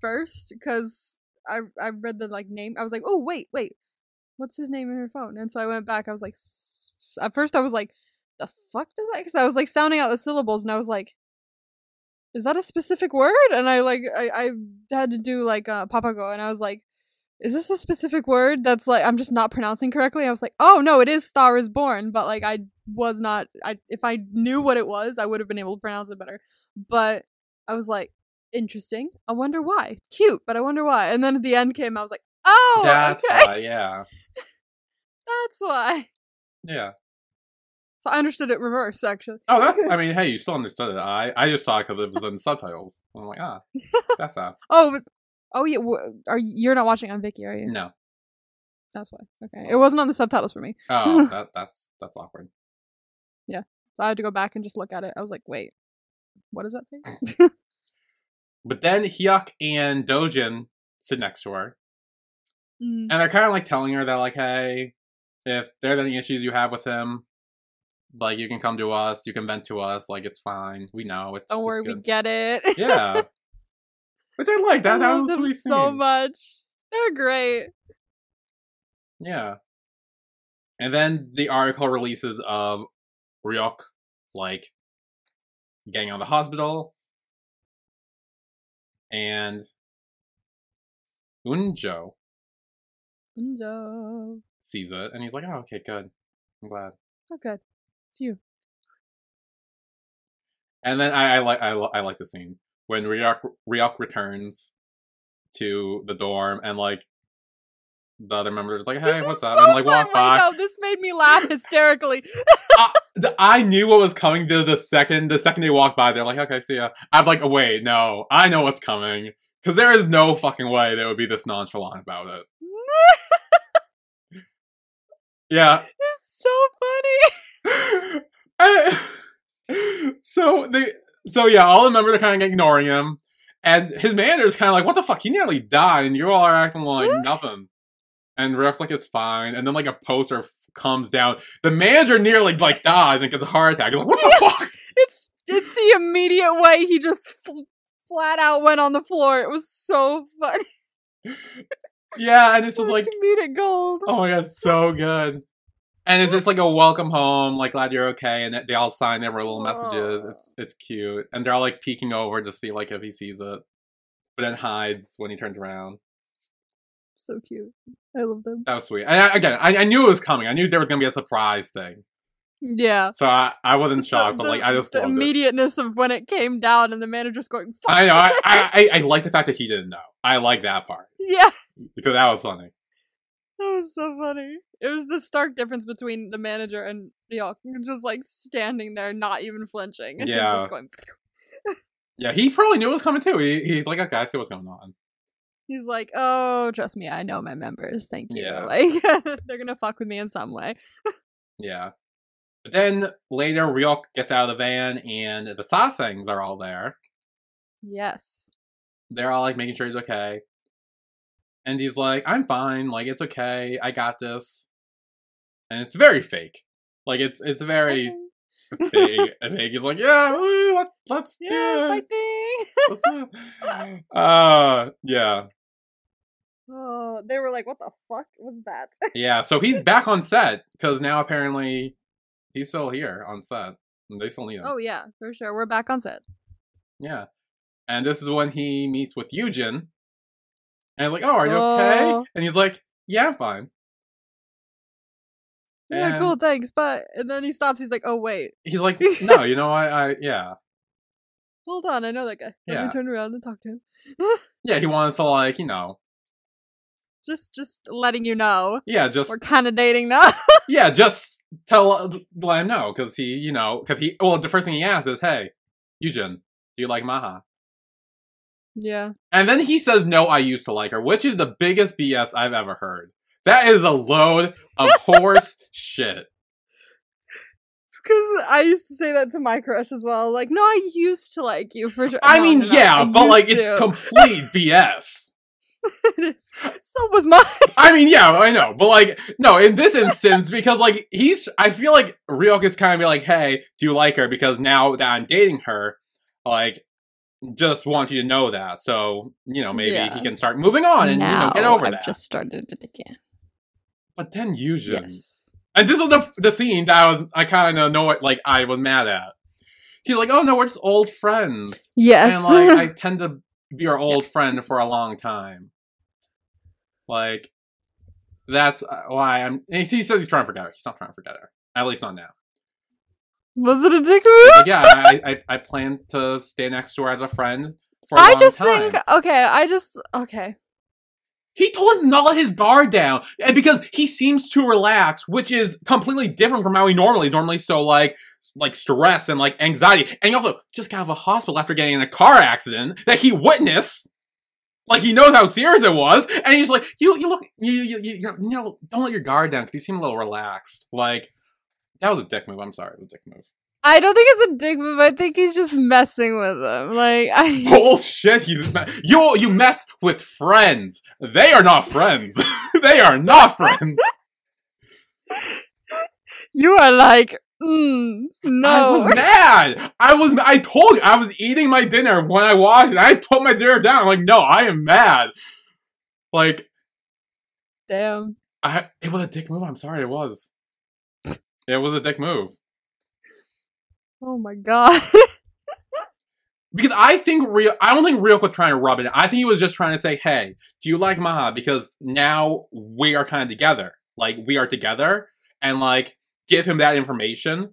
Speaker 1: first cuz I I read the like name. I was like, "Oh, wait, wait. What's his name in her phone?" And so I went back. I was like s- at first I was like, "The fuck does that?" cuz I was like sounding out the syllables and I was like, "Is that a specific word?" And I like I I had to do like uh papago and I was like, "Is this a specific word that's like I'm just not pronouncing correctly?" I was like, "Oh, no, it is Star is Born," but like I was not I if I knew what it was, I would have been able to pronounce it better. But I was like, interesting. I wonder why. Cute, but I wonder why. And then at the end came, I was like, oh,
Speaker 2: that's
Speaker 1: okay,
Speaker 2: why. Yeah.
Speaker 1: *laughs* that's why.
Speaker 2: Yeah.
Speaker 1: So I understood it reverse actually. *laughs*
Speaker 2: Oh, that's. I mean, hey, you still understood it. I I just saw because it was in subtitles. I'm like,
Speaker 1: *laughs*
Speaker 2: ah, that's how.
Speaker 1: Oh, it was, oh yeah. w- Are you- you're not watching on Vicky? Are you? *laughs*
Speaker 2: No.
Speaker 1: That's why. Okay, it wasn't on the subtitles for me,
Speaker 2: Oh, that that's that's awkward.
Speaker 1: so I had to go back and just look at it. I was like, wait, what does
Speaker 2: *laughs*
Speaker 1: that say?
Speaker 2: But then Hyuk and Dojin sit next to her,
Speaker 1: Mm,
Speaker 2: and they're kind of like telling her that like, hey, if there's any issues you have with him, like you can come to us, you can vent to us, like it's fine. We know it's.
Speaker 1: Don't worry, we *laughs*
Speaker 2: it's
Speaker 1: get it.
Speaker 2: good. *laughs* yeah. Which I like
Speaker 1: *laughs* I
Speaker 2: that. That
Speaker 1: love
Speaker 2: was a
Speaker 1: them
Speaker 2: sweet
Speaker 1: so
Speaker 2: scene.
Speaker 1: much. They're great.
Speaker 2: Yeah. And then the article releases of Ryok, like, getting out of the hospital. And Unjo
Speaker 1: Enjoy.
Speaker 2: sees it and he's like, oh, okay, good. I'm glad.
Speaker 1: Oh, good.
Speaker 2: And then I, I like I, li- I like the scene when Ryok Ryok returns to the dorm and like the other members are like, hey,
Speaker 1: this
Speaker 2: what's
Speaker 1: is
Speaker 2: up?
Speaker 1: So
Speaker 2: and like
Speaker 1: fun.
Speaker 2: walk by.
Speaker 1: Wait, no, this made me laugh hysterically. *laughs*
Speaker 2: The- I knew what was coming the, the second the second they walked by. They're like, okay, see ya. I'm like, wait, no, I know what's coming because there is no fucking way they would be this nonchalant about it. Yeah.
Speaker 1: it's
Speaker 2: *laughs*
Speaker 1: so funny.
Speaker 2: I- so they so yeah, all the members are kind of ignoring him, and his manager's kind of like, what the fuck? He nearly died, and you all are acting like nothing. And Rick's like, it's fine. And then like a poster f- comes down. The manager nearly like dies and gets a heart attack. He's like, what the fuck?
Speaker 1: It's it's the immediate way he just fl- flat out went on the floor. It was so funny.
Speaker 2: Yeah, and it's just
Speaker 1: *laughs*
Speaker 2: like,
Speaker 1: comedic gold.
Speaker 2: *laughs* oh my god, so good. And it's just like a welcome home, like glad you're okay, and they all sign their little messages.
Speaker 1: Aw.
Speaker 2: It's it's cute, and they're all like peeking over to see like if he sees it, but then hides when he turns around.
Speaker 1: So cute. I love them.
Speaker 2: That was sweet. And I, again, I, I knew it was coming. I knew there was gonna be a surprise thing,
Speaker 1: Yeah.
Speaker 2: so I, I
Speaker 1: *laughs*
Speaker 2: wasn't
Speaker 1: The-
Speaker 2: shocked, but
Speaker 1: the-
Speaker 2: like I just
Speaker 1: the
Speaker 2: loved it.
Speaker 1: immediateness of when it came down and the manager's going. Fuck.
Speaker 2: I know. I, I I- I like the fact that he didn't know. I like that part
Speaker 1: yeah. *laughs*
Speaker 2: because that was funny.
Speaker 1: That was so funny. It was the stark difference between the manager and Ryok, just like standing there, not even flinching, *laughs* and him
Speaker 2: Yeah.
Speaker 1: just going.
Speaker 2: Yeah, he probably knew it was coming too. He, he's like, okay, I see what's going on.
Speaker 1: He's like, oh, trust me, I know my members. Thank you. *laughs*
Speaker 2: Yeah.
Speaker 1: Like, they're gonna fuck with me in some way.
Speaker 2: Yeah. But then later, Ryok gets out of the van and the Sasangs are all there.
Speaker 1: Yes.
Speaker 2: They're all like making sure he's okay. And he's like, I'm fine. Like, it's okay. I got this. And it's very fake. Like, it's it's very
Speaker 1: Okay.
Speaker 2: *laughs* fake. fake. He's like, yeah, woo, let,
Speaker 1: *laughs*
Speaker 2: let's
Speaker 1: Yeah, *laughs*
Speaker 2: do
Speaker 1: my
Speaker 2: it.
Speaker 1: thing. *laughs*
Speaker 2: Let's do it." Uh, yeah.
Speaker 1: Oh, they were like, "What the fuck was
Speaker 2: *laughs*
Speaker 1: that?"
Speaker 2: Yeah,
Speaker 1: *laughs*
Speaker 2: so he's back on set because now apparently he's still here on set. And they still need him.
Speaker 1: oh yeah, for sure. We're back on set.
Speaker 2: Yeah. And this is when he meets with Eugen. And like, oh, are you okay?
Speaker 1: Oh.
Speaker 2: And he's like, yeah, I'm fine.
Speaker 1: Yeah,
Speaker 2: And
Speaker 1: cool, thanks. But and then he stops. He's like, "Oh wait, *laughs*
Speaker 2: He's like, no, you know, I, I, yeah,
Speaker 1: hold on. I know that guy. Let
Speaker 2: Yeah.
Speaker 1: me turn around and talk to him.
Speaker 2: yeah. He wants to like, you know,
Speaker 1: Just, just letting you know,
Speaker 2: yeah, just
Speaker 1: *laughs* we're kind of dating now."
Speaker 2: yeah, just tell let him know because he, you know, because he. Well, the first thing he asks is, "Hey, Eugen, do you like Maha?"
Speaker 1: yeah.
Speaker 2: And then he says, "No, I used to like her," which is the biggest BS I've ever heard. That is a load
Speaker 1: *laughs*
Speaker 2: of horse shit.
Speaker 1: Because I used to say that to my crush as well. Like, no, I used to like you for sure.
Speaker 2: I
Speaker 1: No,
Speaker 2: mean,
Speaker 1: no, no,
Speaker 2: yeah,
Speaker 1: I
Speaker 2: but like,
Speaker 1: used
Speaker 2: it's
Speaker 1: to. *laughs*
Speaker 2: complete BS.
Speaker 1: It is. so was mine.
Speaker 2: I mean, yeah, I know, but like, no, in this instance, because like he's, I feel like Ryok is kind of be like, "Hey, do you like her?" Because now that I'm dating her, like, just want you to know that, so you know maybe
Speaker 1: Yeah.
Speaker 2: he can start moving on and you know get over that.
Speaker 1: just started it again.
Speaker 2: But then Yujin, and this was the the scene that I was, I kind of know it, like I was mad at. He's like, "Oh no, we're just old friends,"
Speaker 3: Yes.
Speaker 2: and like
Speaker 3: *laughs*
Speaker 1: *laughs*
Speaker 2: I tend to be our old friend for a long time. Like that's uh, why I'm. and He says he's trying to forget her. He's not trying to forget her. At least not now.
Speaker 3: was it a dick move?
Speaker 2: Like, yeah, I, I I plan to stay next to her as a friend for a
Speaker 3: I
Speaker 2: long
Speaker 3: just
Speaker 2: time.
Speaker 3: think okay. I just okay.
Speaker 2: he told him to let his guard down and because he seems to relax, which is completely different from how he normally. Normally, so like like stress and like anxiety, and he also just got out of a hospital after getting in a car accident that he witnessed. Like he knows how serious it was, and he's like, "You, you look, you, you, you, you no, don't let your guard down." 'cause he seemed a little relaxed. Like that was a dick move. I'm sorry, it was a dick move. *laughs*
Speaker 3: I don't think it's a dick move. I think he's just messing with them. Like I. *laughs*
Speaker 2: Bullshit. He's me- you. You mess with friends. They are not friends. *laughs* they are not friends.
Speaker 3: You are like. Mm,
Speaker 2: I
Speaker 3: no. *laughs*
Speaker 2: was mad. I was. I told you. I was eating my dinner when I walked, and I put my dinner down. I'm like, no, I am mad. Like,
Speaker 1: Damn.
Speaker 2: I. It was a dick move. I'm sorry. It was. It was a dick move
Speaker 1: Oh my god.
Speaker 2: because I think real. I don't think Ryuk was trying to rub it. in. I think he was just trying to say, hey, do you like Maha? Because now we are kind of together. Like we are together, and like give him that information.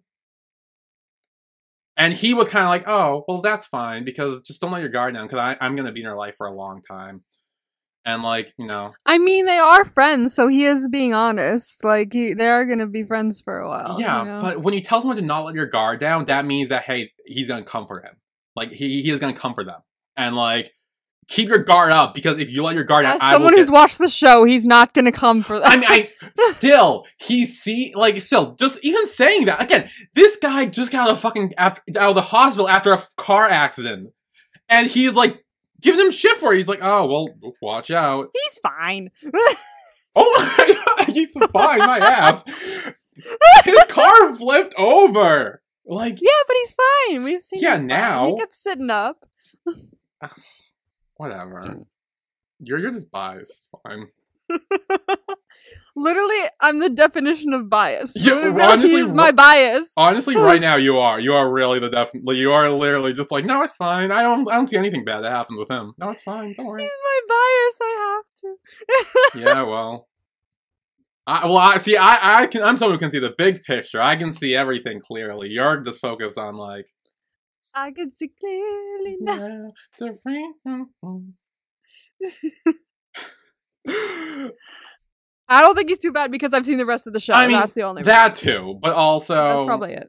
Speaker 2: And he was kind of like, oh, well, that's fine because just don't let your guard down because I'm going to be in her life for a long time. And like, you know,
Speaker 3: *laughs* I mean, they are friends, so he is being honest. Like he, they are gonna be friends for a while.
Speaker 2: yeah,
Speaker 3: you know?
Speaker 2: but when you tell someone to not let your guard down, that means that, hey, he's going to come for him. Like, he, he is going to come for them. And like, keep your guard up because if you let your guard down,
Speaker 3: as
Speaker 2: I will
Speaker 3: someone
Speaker 2: get-
Speaker 3: who's watched the show, he's not gonna come for that.
Speaker 2: *laughs* I mean,
Speaker 3: *laughs*
Speaker 2: I still he see like still just even saying that again. This guy just got out of fucking after, out of the hospital after a f- car accident, and he's like giving him shit for it. He's like, oh well, watch out. *laughs*
Speaker 1: He's fine.
Speaker 2: Oh my god, he's fine. My
Speaker 3: *laughs*
Speaker 2: ass. His car flipped over. Like
Speaker 1: Yeah, but he's fine. We've seen.
Speaker 2: Yeah,
Speaker 1: he's fine.
Speaker 2: now-
Speaker 1: he kept sitting up. Mm.
Speaker 2: whatever. You're you're just biased. Fine.
Speaker 1: Literally, I'm the definition of bias.
Speaker 3: *laughs*
Speaker 2: Yeah,
Speaker 1: Literally,
Speaker 2: honestly,
Speaker 1: he's
Speaker 2: wha-
Speaker 1: my bias.
Speaker 2: Honestly, right now you are. You are really the definitely. You are literally just like, no, it's fine. I don't. I don't see anything bad that happens with him. No, it's fine. Don't
Speaker 1: *laughs*
Speaker 2: worry.
Speaker 1: He's my bias. I have to.
Speaker 2: yeah, well, I well, I see. I I can. I'm someone who can see the big picture. I can see everything clearly. You're just focused
Speaker 1: *laughs*
Speaker 2: on like.
Speaker 1: I can see clearly now.
Speaker 2: yeah, the
Speaker 1: *laughs*
Speaker 2: rain-
Speaker 1: I don't think he's too bad because I've seen the rest of the show.
Speaker 2: I mean,
Speaker 1: that's the only. reason.
Speaker 2: that too, but also,
Speaker 1: That's probably it.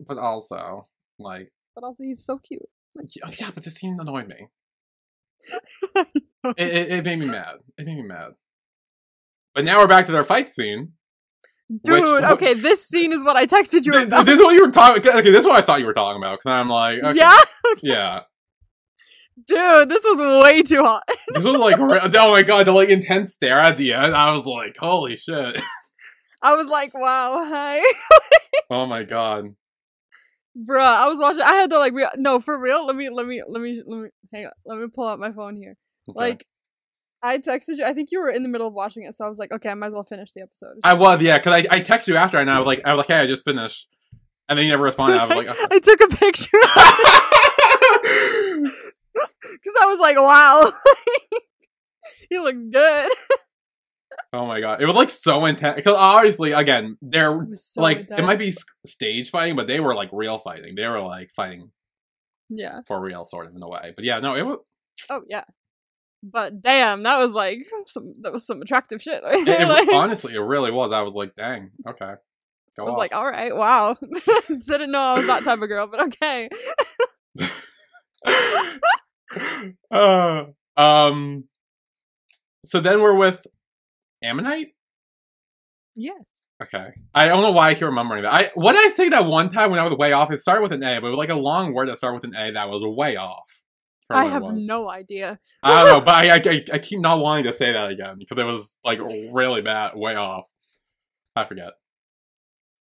Speaker 2: but also, like,
Speaker 1: But also, he's so cute.
Speaker 2: yeah, *laughs* yeah, but this scene
Speaker 1: *laughs*
Speaker 2: annoyed me. it, it, it made me mad. It made me mad. But now we're back to their fight scene.
Speaker 1: Dude,
Speaker 2: which-
Speaker 1: okay, this scene is what I texted you
Speaker 2: Th- th-
Speaker 1: about.
Speaker 2: this is what you were talking. Okay, this is what I thought you were talking about. Because I'm
Speaker 1: *laughs*
Speaker 2: like, okay,
Speaker 1: Yeah,
Speaker 2: yeah.
Speaker 1: dude, this was way too hot. *laughs*
Speaker 2: This was like, re- oh my god, the like intense stare at the end. I was like,
Speaker 1: *laughs*
Speaker 2: holy shit.
Speaker 1: I was like, wow, hi, *laughs*
Speaker 2: Oh my god.
Speaker 1: bruh. I was watching. I had to like, re- no, for real. Let me, let me, let me, let me. Hang on. Let me pull out my phone here.
Speaker 2: Okay.
Speaker 1: Like, I texted you. I think you were in the middle of watching it, so I was like, okay, I might as well finish the episode.
Speaker 2: I was, yeah, because I, I texted you after and I was like, I was like, hey, I just finished. And then you never responded. I
Speaker 1: *laughs*
Speaker 2: was like,
Speaker 3: I took a picture
Speaker 2: *laughs* oh.
Speaker 1: Because I was like, wow. *laughs* you look good.
Speaker 2: *laughs* Oh my god. It was like so intense. Because obviously, again, they're
Speaker 1: It was so
Speaker 2: like, it
Speaker 1: intense.
Speaker 2: might be s- stage fighting, but they were like real fighting. They were like fighting
Speaker 1: Yeah.
Speaker 2: for real, sort of, in a way. But yeah,
Speaker 1: *laughs*
Speaker 2: no, it was,
Speaker 1: Oh, yeah. But damn, that was like *laughs* some that was some attractive shit. *laughs* right
Speaker 2: it, it
Speaker 1: there,
Speaker 2: was-
Speaker 1: like,
Speaker 2: honestly, it really was. I was like, dang, okay.
Speaker 1: I
Speaker 2: Go
Speaker 1: was
Speaker 2: off.
Speaker 1: like, all right, wow. *laughs* Didn't know I was that type of girl, but okay. "Oh."
Speaker 2: *laughs* uh, um, so then we're with Ammonite.
Speaker 1: Yeah.
Speaker 2: Okay, I don't know why I keep remembering that. I what did I say that one time when I was way off? It started with an A, but it was like a long word that started with an A that was way off. for
Speaker 1: I
Speaker 2: what it
Speaker 1: have
Speaker 2: was.
Speaker 1: no idea.
Speaker 2: I don't know, but I, I I keep not wanting to say that again because it was like really bad, way off. I forget.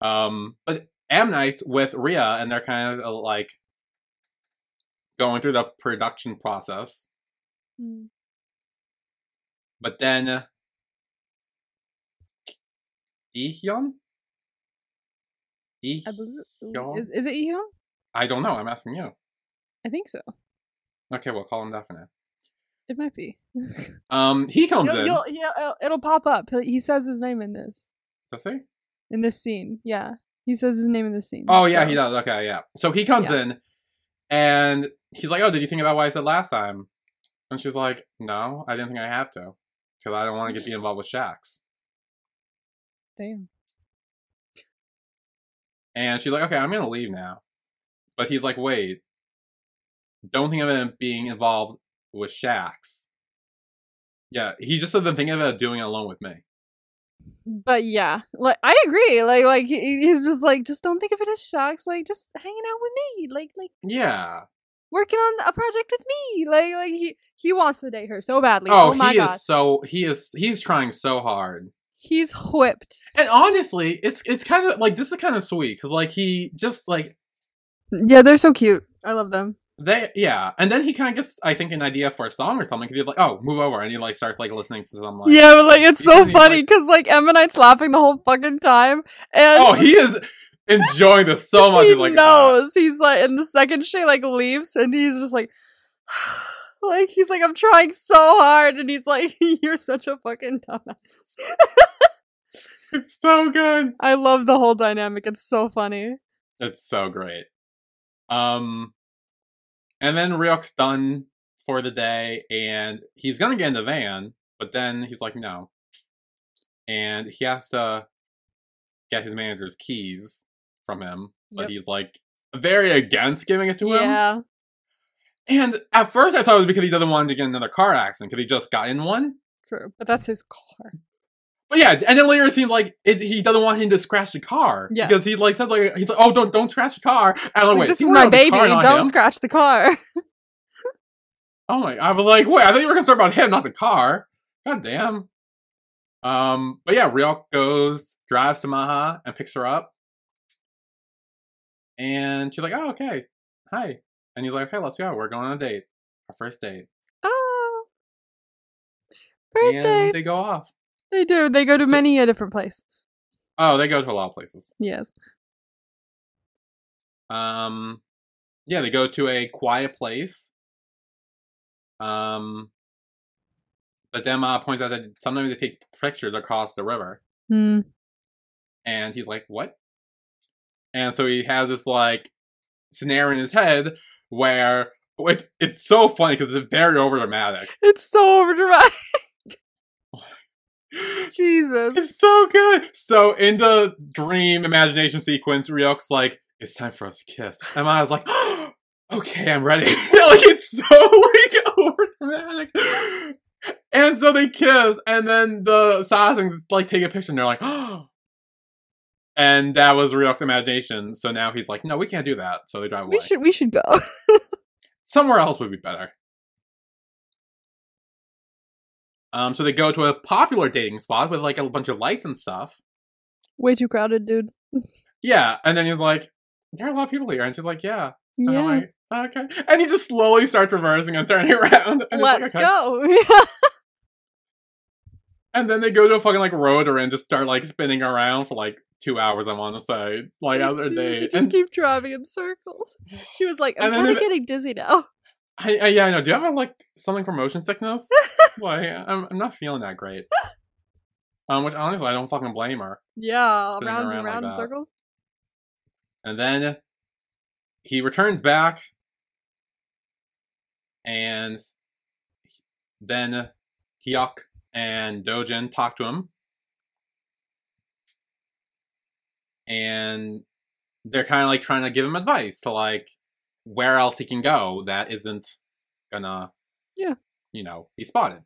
Speaker 2: Um, but Amnite with Rhea, and they're kind of uh, like going through the production process.
Speaker 1: Hmm.
Speaker 2: But then, uh, Ihyun, I,
Speaker 1: I believe
Speaker 2: Y'all?
Speaker 1: is, is it Eho?
Speaker 2: I don't know. I'm asking you.
Speaker 1: I think so.
Speaker 2: Okay, we'll call him that for now.
Speaker 1: It might be.
Speaker 2: Um, he comes
Speaker 1: You'll-
Speaker 2: in.
Speaker 1: you'll- yeah, it'll- it'll pop up. He'll- He says his name in this
Speaker 2: Does he?
Speaker 1: in this scene. Yeah, he says his name in this scene.
Speaker 2: Oh yeah,
Speaker 1: so-
Speaker 2: he does. Okay, yeah. So he comes in, and he's like, "Oh, did you think about what I said last time?" And she's like, "No, I didn't think I have to, because I don't
Speaker 1: *laughs*
Speaker 2: want to get be involved with Shax."
Speaker 1: Damn.
Speaker 2: And she's like, "Okay, I'm gonna leave now," but he's like, "Wait, don't think of it being involved with Shax." Yeah, he just doesn't think of it doing it alone with me.
Speaker 1: But yeah, like I agree. Like like he- he's just like just don't think of it as shocks. Like just hanging out with me. Like like
Speaker 2: Yeah.
Speaker 1: working on a project with me. Like like he he wants to date her so badly.
Speaker 2: Oh,
Speaker 1: Oh, my
Speaker 2: he
Speaker 1: god,
Speaker 2: is so he is he's trying so hard.
Speaker 1: he's whipped.
Speaker 2: And honestly, it's it's kind of like this is kind of sweet because like he just like
Speaker 3: yeah they're so cute i love them
Speaker 2: They yeah, and then he kind of gets I think an idea for a song or something because he's like, oh, move over, and he like starts like listening to some like
Speaker 3: yeah but, like it's
Speaker 2: Even
Speaker 3: so
Speaker 2: if,
Speaker 3: funny
Speaker 2: like-
Speaker 3: because like Ammonite's laughing the whole fucking time and
Speaker 2: Oh, he is enjoying this
Speaker 3: *laughs*
Speaker 2: so much.
Speaker 3: he
Speaker 2: He's like, "Ah."
Speaker 3: knows he's like and the second she like leaves and he's just like *sighs* like he's like i'm trying so hard and he's like *laughs* you're such a fucking dumbass
Speaker 2: "Oh, it's so good.
Speaker 3: i love the whole dynamic it's so funny
Speaker 2: It's so great. Um, and then Ryok's done for the day, and he's gonna get in the van, but then he's like, no, and he has to get his manager's keys from him, but
Speaker 1: Yep.
Speaker 2: he's like very against giving it to him.
Speaker 1: Yeah,
Speaker 2: And at first, I thought it was because he doesn't want to get in another car accident because he just got in one.
Speaker 1: true. But that's his car.
Speaker 2: But yeah, and then later it seems like it, he doesn't want him to scratch the car
Speaker 1: Yeah.
Speaker 2: because he like says like he's like, oh don't don't scratch the car. And
Speaker 1: Like,
Speaker 2: I'm like, Oh, wait,
Speaker 1: this
Speaker 2: he
Speaker 1: is
Speaker 2: worried
Speaker 1: my
Speaker 2: about the
Speaker 1: baby.
Speaker 2: car, not
Speaker 1: Don't
Speaker 2: him?
Speaker 1: scratch the car. *laughs*
Speaker 2: Oh my! I was like, wait, I thought you were concerned about him, not the car. God damn. Um, but yeah, Ryok goes drives to Maha and picks her up, and she's like, oh okay, hi, and he's like, okay, let's go. We're going on a date, our first date,
Speaker 1: Oh. First
Speaker 2: and
Speaker 1: date.
Speaker 2: they go off.
Speaker 1: They do. They go to
Speaker 2: So-
Speaker 1: many a different place.
Speaker 2: Oh, they go to a lot of places.
Speaker 1: Yes.
Speaker 2: Um, yeah, they go to a quiet place. Um, but then Ma points out that sometimes they take pictures across the river,
Speaker 1: Hmm.
Speaker 2: and he's like, "What?" And so he has this like scenario in his head where it, it's so funny because it's very over dramatic.
Speaker 1: It's so
Speaker 2: *sighs*
Speaker 1: overdramatic. *laughs* Jesus.
Speaker 2: It's so good. So in the dream imagination sequence, Ryok's like, "It's time for us to kiss," and Maya's like, *gasps* "Okay, I'm ready." *laughs* like it's so *laughs* like over dramatic. And so they kiss, and then the Sasings like take a picture, and they're like, *gasps* "Oh." And that was Ryok's imagination. So now he's like, "No, we can't do that." So they drive away.
Speaker 1: We should we should go. *laughs*
Speaker 2: Somewhere else would be better. Um, so they go to a popular dating spot with like a bunch of lights and stuff.
Speaker 1: Way too crowded, dude.
Speaker 2: Yeah, and then he's like, "There are a lot of people here," and she's like, "Yeah." And
Speaker 1: Yeah.
Speaker 2: I'm
Speaker 1: *laughs*
Speaker 2: like, *laughs* "Okay." And he just slowly starts reversing and turning around. And it's like,
Speaker 1: Let's
Speaker 2: "Okay."
Speaker 1: go.
Speaker 2: And then they go to a fucking like rotor and just start like spinning around for like two hours. I want to say *laughs* like as
Speaker 1: *laughs*
Speaker 2: their
Speaker 1: They
Speaker 2: date.
Speaker 1: just
Speaker 2: And
Speaker 1: keep driving in circles. She was like, I'm
Speaker 2: And then
Speaker 1: kind of
Speaker 2: if-
Speaker 1: getting dizzy now. *laughs*
Speaker 2: I, I, yeah, I know. Do you have like something for motion sickness? like I'm, I'm not feeling that great. Um, which honestly I don't fucking blame her.
Speaker 1: Yeah,
Speaker 2: Spinning
Speaker 1: round
Speaker 2: around like
Speaker 1: and round in
Speaker 2: that.
Speaker 1: circles.
Speaker 2: And then he returns back. And then Hyuk and Dojin talk to him. And they're kind of like trying to give him advice to like where else he can go that isn't gonna,
Speaker 1: Yeah.
Speaker 2: you know, be spotted.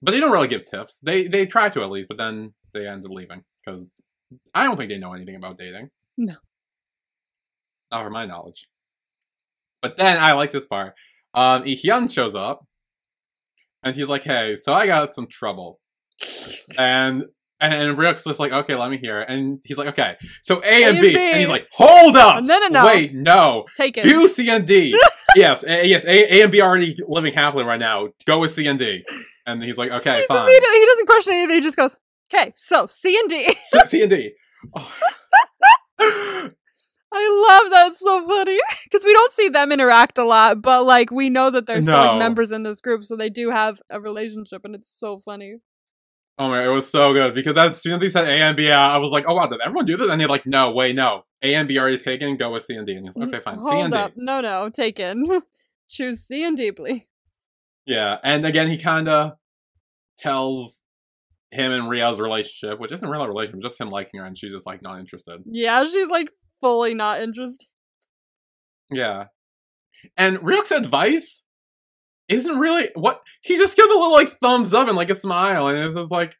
Speaker 2: But they don't really give tips. They they try to at least, but then they end up leaving because I don't think they know anything about dating not for my knowledge. But then I like this part. Um, Ihyun shows up, and he's like, "Hey, so I got some trouble," and and, and Ryuk's just like, "Okay, let me hear." it." And he's like, "Okay, so A, and,
Speaker 1: and
Speaker 2: B.
Speaker 1: B.
Speaker 2: and he's like, "Hold up,
Speaker 1: No, no, no.
Speaker 2: wait, no,
Speaker 1: Take it.
Speaker 2: do C
Speaker 1: *laughs*
Speaker 2: and D." yes, a, yes, a, a and B are already living happily right now. Go with C and D, and he's like, "Okay,
Speaker 1: He's
Speaker 2: fine,
Speaker 1: immediately, he doesn't question anything. He just goes, okay, so C and D. *laughs*
Speaker 2: C, C and D." Oh.
Speaker 1: I love that. It's so funny. *laughs* Because we don't see them interact a lot, but like we know that they're still
Speaker 2: No.
Speaker 1: like, members in this group, so they do have a relationship, and it's so funny.
Speaker 2: Oh my, it was so good because as soon as they said A and B, uh, I was like, oh wow, did everyone do this? And they're like, no, wait, no, A and B already taken. Go with C and D. And he's like, okay, fine,
Speaker 1: Hold
Speaker 2: C and D.
Speaker 1: up. No, no, taken. *laughs* Choose C and D, please.
Speaker 2: Yeah, and again, he kind of tells him and Ria's relationship, which isn't really a relationship, just him liking her, and she's just like not interested.
Speaker 1: Yeah, she's like fully not interested.
Speaker 2: Yeah, and Ryuk's advice isn't really what he just gives a little like thumbs up and like a smile, and it's just like.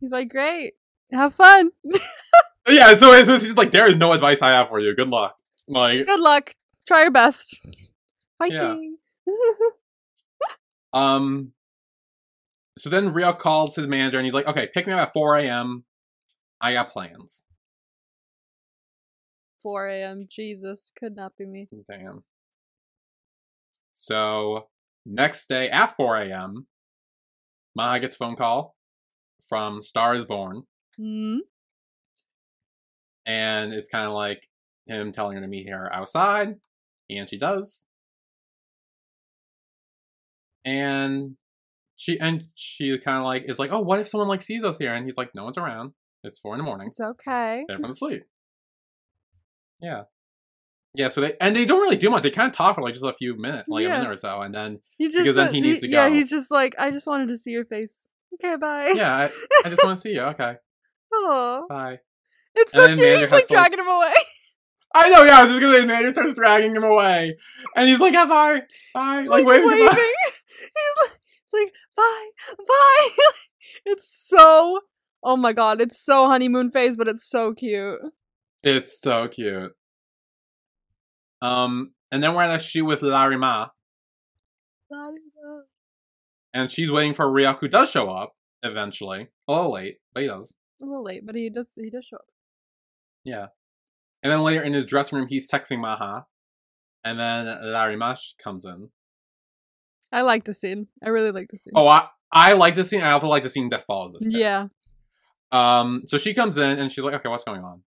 Speaker 1: He's like, great. Have fun.
Speaker 2: Yeah, so it's, it's just like there is no advice I have for you. Good luck. Like,
Speaker 1: Good luck. Try your best.
Speaker 2: *laughs* Yeah.
Speaker 1: Fighting. *laughs*
Speaker 2: Um. So then Rio calls his manager and he's like, "Okay, pick me up at 4 a.m. I got plans."
Speaker 1: 4 a.m. Jesus, could not be me.
Speaker 2: Damn. So next day at 4 a.m., Maha gets a phone call from Star is Born,
Speaker 1: Hmm.
Speaker 2: and it's kind of like him telling her to meet her outside, and she does. And she and she kind of like is like, "Oh, what if someone like sees us here?" And he's like, "No one's around. It's four in the morning."
Speaker 1: It's okay.
Speaker 2: Everyone's asleep. Yeah. Yeah, so they and they don't really do much. They kind of talk for like just a few minutes, like a
Speaker 1: Yeah.
Speaker 2: minute or so,
Speaker 1: *laughs*
Speaker 2: and then
Speaker 1: He just
Speaker 2: Because then
Speaker 1: uh,
Speaker 2: he needs to
Speaker 1: Yeah,
Speaker 2: go.
Speaker 1: he's just like, I just wanted to see your face. Okay, bye.
Speaker 2: yeah, I, I just want to see you. Okay,
Speaker 1: *laughs* Aw.
Speaker 2: bye.
Speaker 1: It's
Speaker 2: And
Speaker 1: so
Speaker 2: then
Speaker 1: cute.
Speaker 2: Manager
Speaker 1: He's
Speaker 2: has
Speaker 1: like
Speaker 2: to, like-
Speaker 1: dragging him away. *laughs*
Speaker 2: I know. Yeah, I was just gonna say, Nader starts dragging him away, and he's like, "Yeah, bye, bye," like, waving.
Speaker 1: waving.
Speaker 2: goodbye.
Speaker 1: *laughs* he's like, it's like, bye, bye. *laughs* it's so. Oh my god, it's so honeymoon phase, but it's so cute.
Speaker 2: It's so cute. Um, and then we're at a shoot with Larima,
Speaker 1: A
Speaker 2: and she's waiting for Ryuk, who does show up eventually, a little late, but he does.
Speaker 1: little late, but he does he does show up.
Speaker 2: And then later in his dressing room, he's texting Maha. And then Larima sh- comes in.
Speaker 1: I like the scene. I really like the scene.
Speaker 2: Oh, I I like this scene. I also like the scene that follows this. too.
Speaker 1: yeah.
Speaker 2: Um. So she comes in and she's like, "Okay, what's going on?"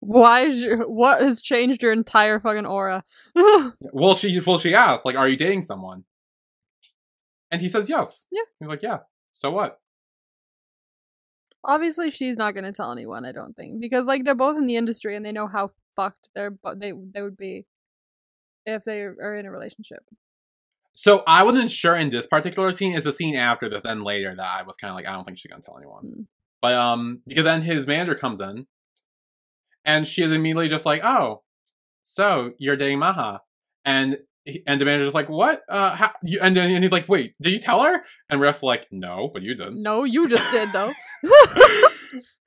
Speaker 1: Why is your what has changed your entire fucking aura? *laughs*
Speaker 2: Well, she well she asked, like, "Are you dating someone?" And he says, "Yes."
Speaker 1: Yeah.
Speaker 2: He's like, "Yeah." So what?
Speaker 1: Obviously, she's not gonna tell anyone. I don't think because like they're both in the industry and they know how fucked they're but they they would be if they are in a relationship.
Speaker 2: So I wasn't sure in this particular scene. It's the scene after that, then later that I was kind of like, I don't think she's gonna tell anyone.
Speaker 1: Mm.
Speaker 2: But um, because then his manager comes in, and she is immediately just like, "Oh, so you're dating Maha?" And he- and the manager's like, "What? Uh, how? You, and then and he's like, "Wait, did you tell her?" And Ruff's like, "No, but you did."
Speaker 1: No, you just did though.
Speaker 2: *laughs* I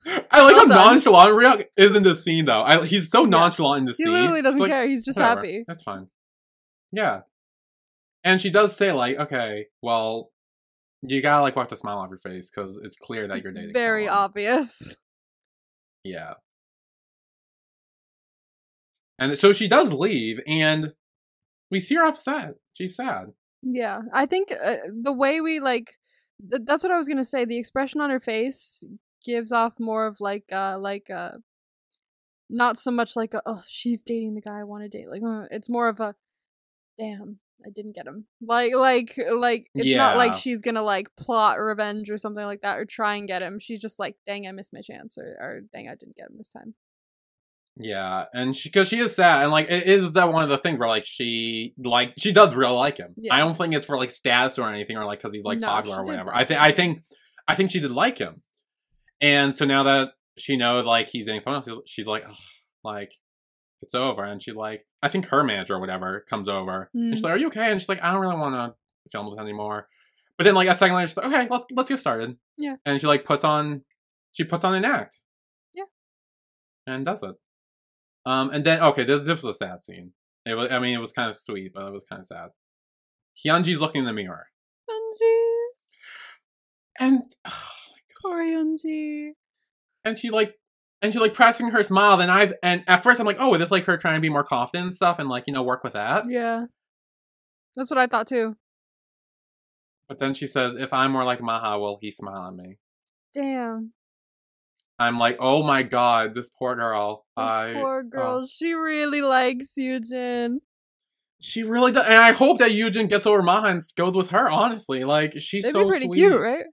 Speaker 2: like
Speaker 1: Well
Speaker 2: how
Speaker 1: done.
Speaker 2: nonchalant Ryuk is in this scene, though. I, he's so nonchalant in this
Speaker 1: *laughs* He
Speaker 2: scene.
Speaker 1: literally
Speaker 2: It's
Speaker 1: doesn't
Speaker 2: like,
Speaker 1: care. He's just
Speaker 2: whatever,
Speaker 1: happy.
Speaker 2: That's fine. Yeah. And she does say, like, okay, well, you gotta, like, wipe the smile off your face because it's clear that
Speaker 1: It's
Speaker 2: you're dating.
Speaker 1: very
Speaker 2: someone.
Speaker 1: obvious.
Speaker 2: Yeah. And so she does leave, and we see her upset. She's sad.
Speaker 1: Yeah, I think uh, the way we like th- that's what I was gonna say. The expression on her face gives off more of like uh like uh not so much like a, oh she's dating the guy I want to date. Like uh, it's more of a damn I didn't get him. Like like like it's not
Speaker 2: Yeah.
Speaker 1: like she's gonna like plot revenge or something like that or try and get him. She's just like dang I missed my chance or or dang I didn't get him this time.
Speaker 2: Yeah, and she because she is sad, and like it is that one of the things where like she like she does really like him.
Speaker 1: Yeah.
Speaker 2: I don't think it's for like status or anything or like because he's like
Speaker 1: No,
Speaker 2: popular
Speaker 1: she
Speaker 2: or
Speaker 1: did
Speaker 2: whatever.
Speaker 1: like
Speaker 2: I think
Speaker 1: him.
Speaker 2: I think I think she did like him, and so now that she knows like he's dating someone else, she's like, "Ugh," like it's over, and she like I think her manager or whatever comes over and
Speaker 1: Hmm.
Speaker 2: she's like, "Are you okay?" And she's like, "I don't really want to film this anymore." But then like a second later, she's like, "Okay, let's let's get started."
Speaker 1: Yeah.
Speaker 2: and she like puts on she puts on an act.
Speaker 1: Yeah.
Speaker 2: and does it. Um, and then okay, this this was a sad scene. It was, I mean, it was kind of sweet, but it was kind of sad. Hyunji's looking in the mirror,
Speaker 1: Anji,
Speaker 2: and
Speaker 1: Koreanji.
Speaker 2: and she like, and she like pressing her smile. Then I and at first I'm like, oh, is this like her trying to be more confident and stuff, and like you know work with that.
Speaker 1: Yeah. That's what I thought too.
Speaker 2: But then she says, if I'm more like Maha, will he smile at me?
Speaker 1: Damn.
Speaker 2: I'm like, oh my god, this poor girl.
Speaker 1: This
Speaker 2: I uh
Speaker 1: poor girl. She really likes Yujin.
Speaker 2: she really does, and I hope that Yujin gets over Maha and goes with her. Honestly, like she's
Speaker 1: They'd
Speaker 2: so
Speaker 1: be pretty
Speaker 2: sweet.
Speaker 1: cute, right?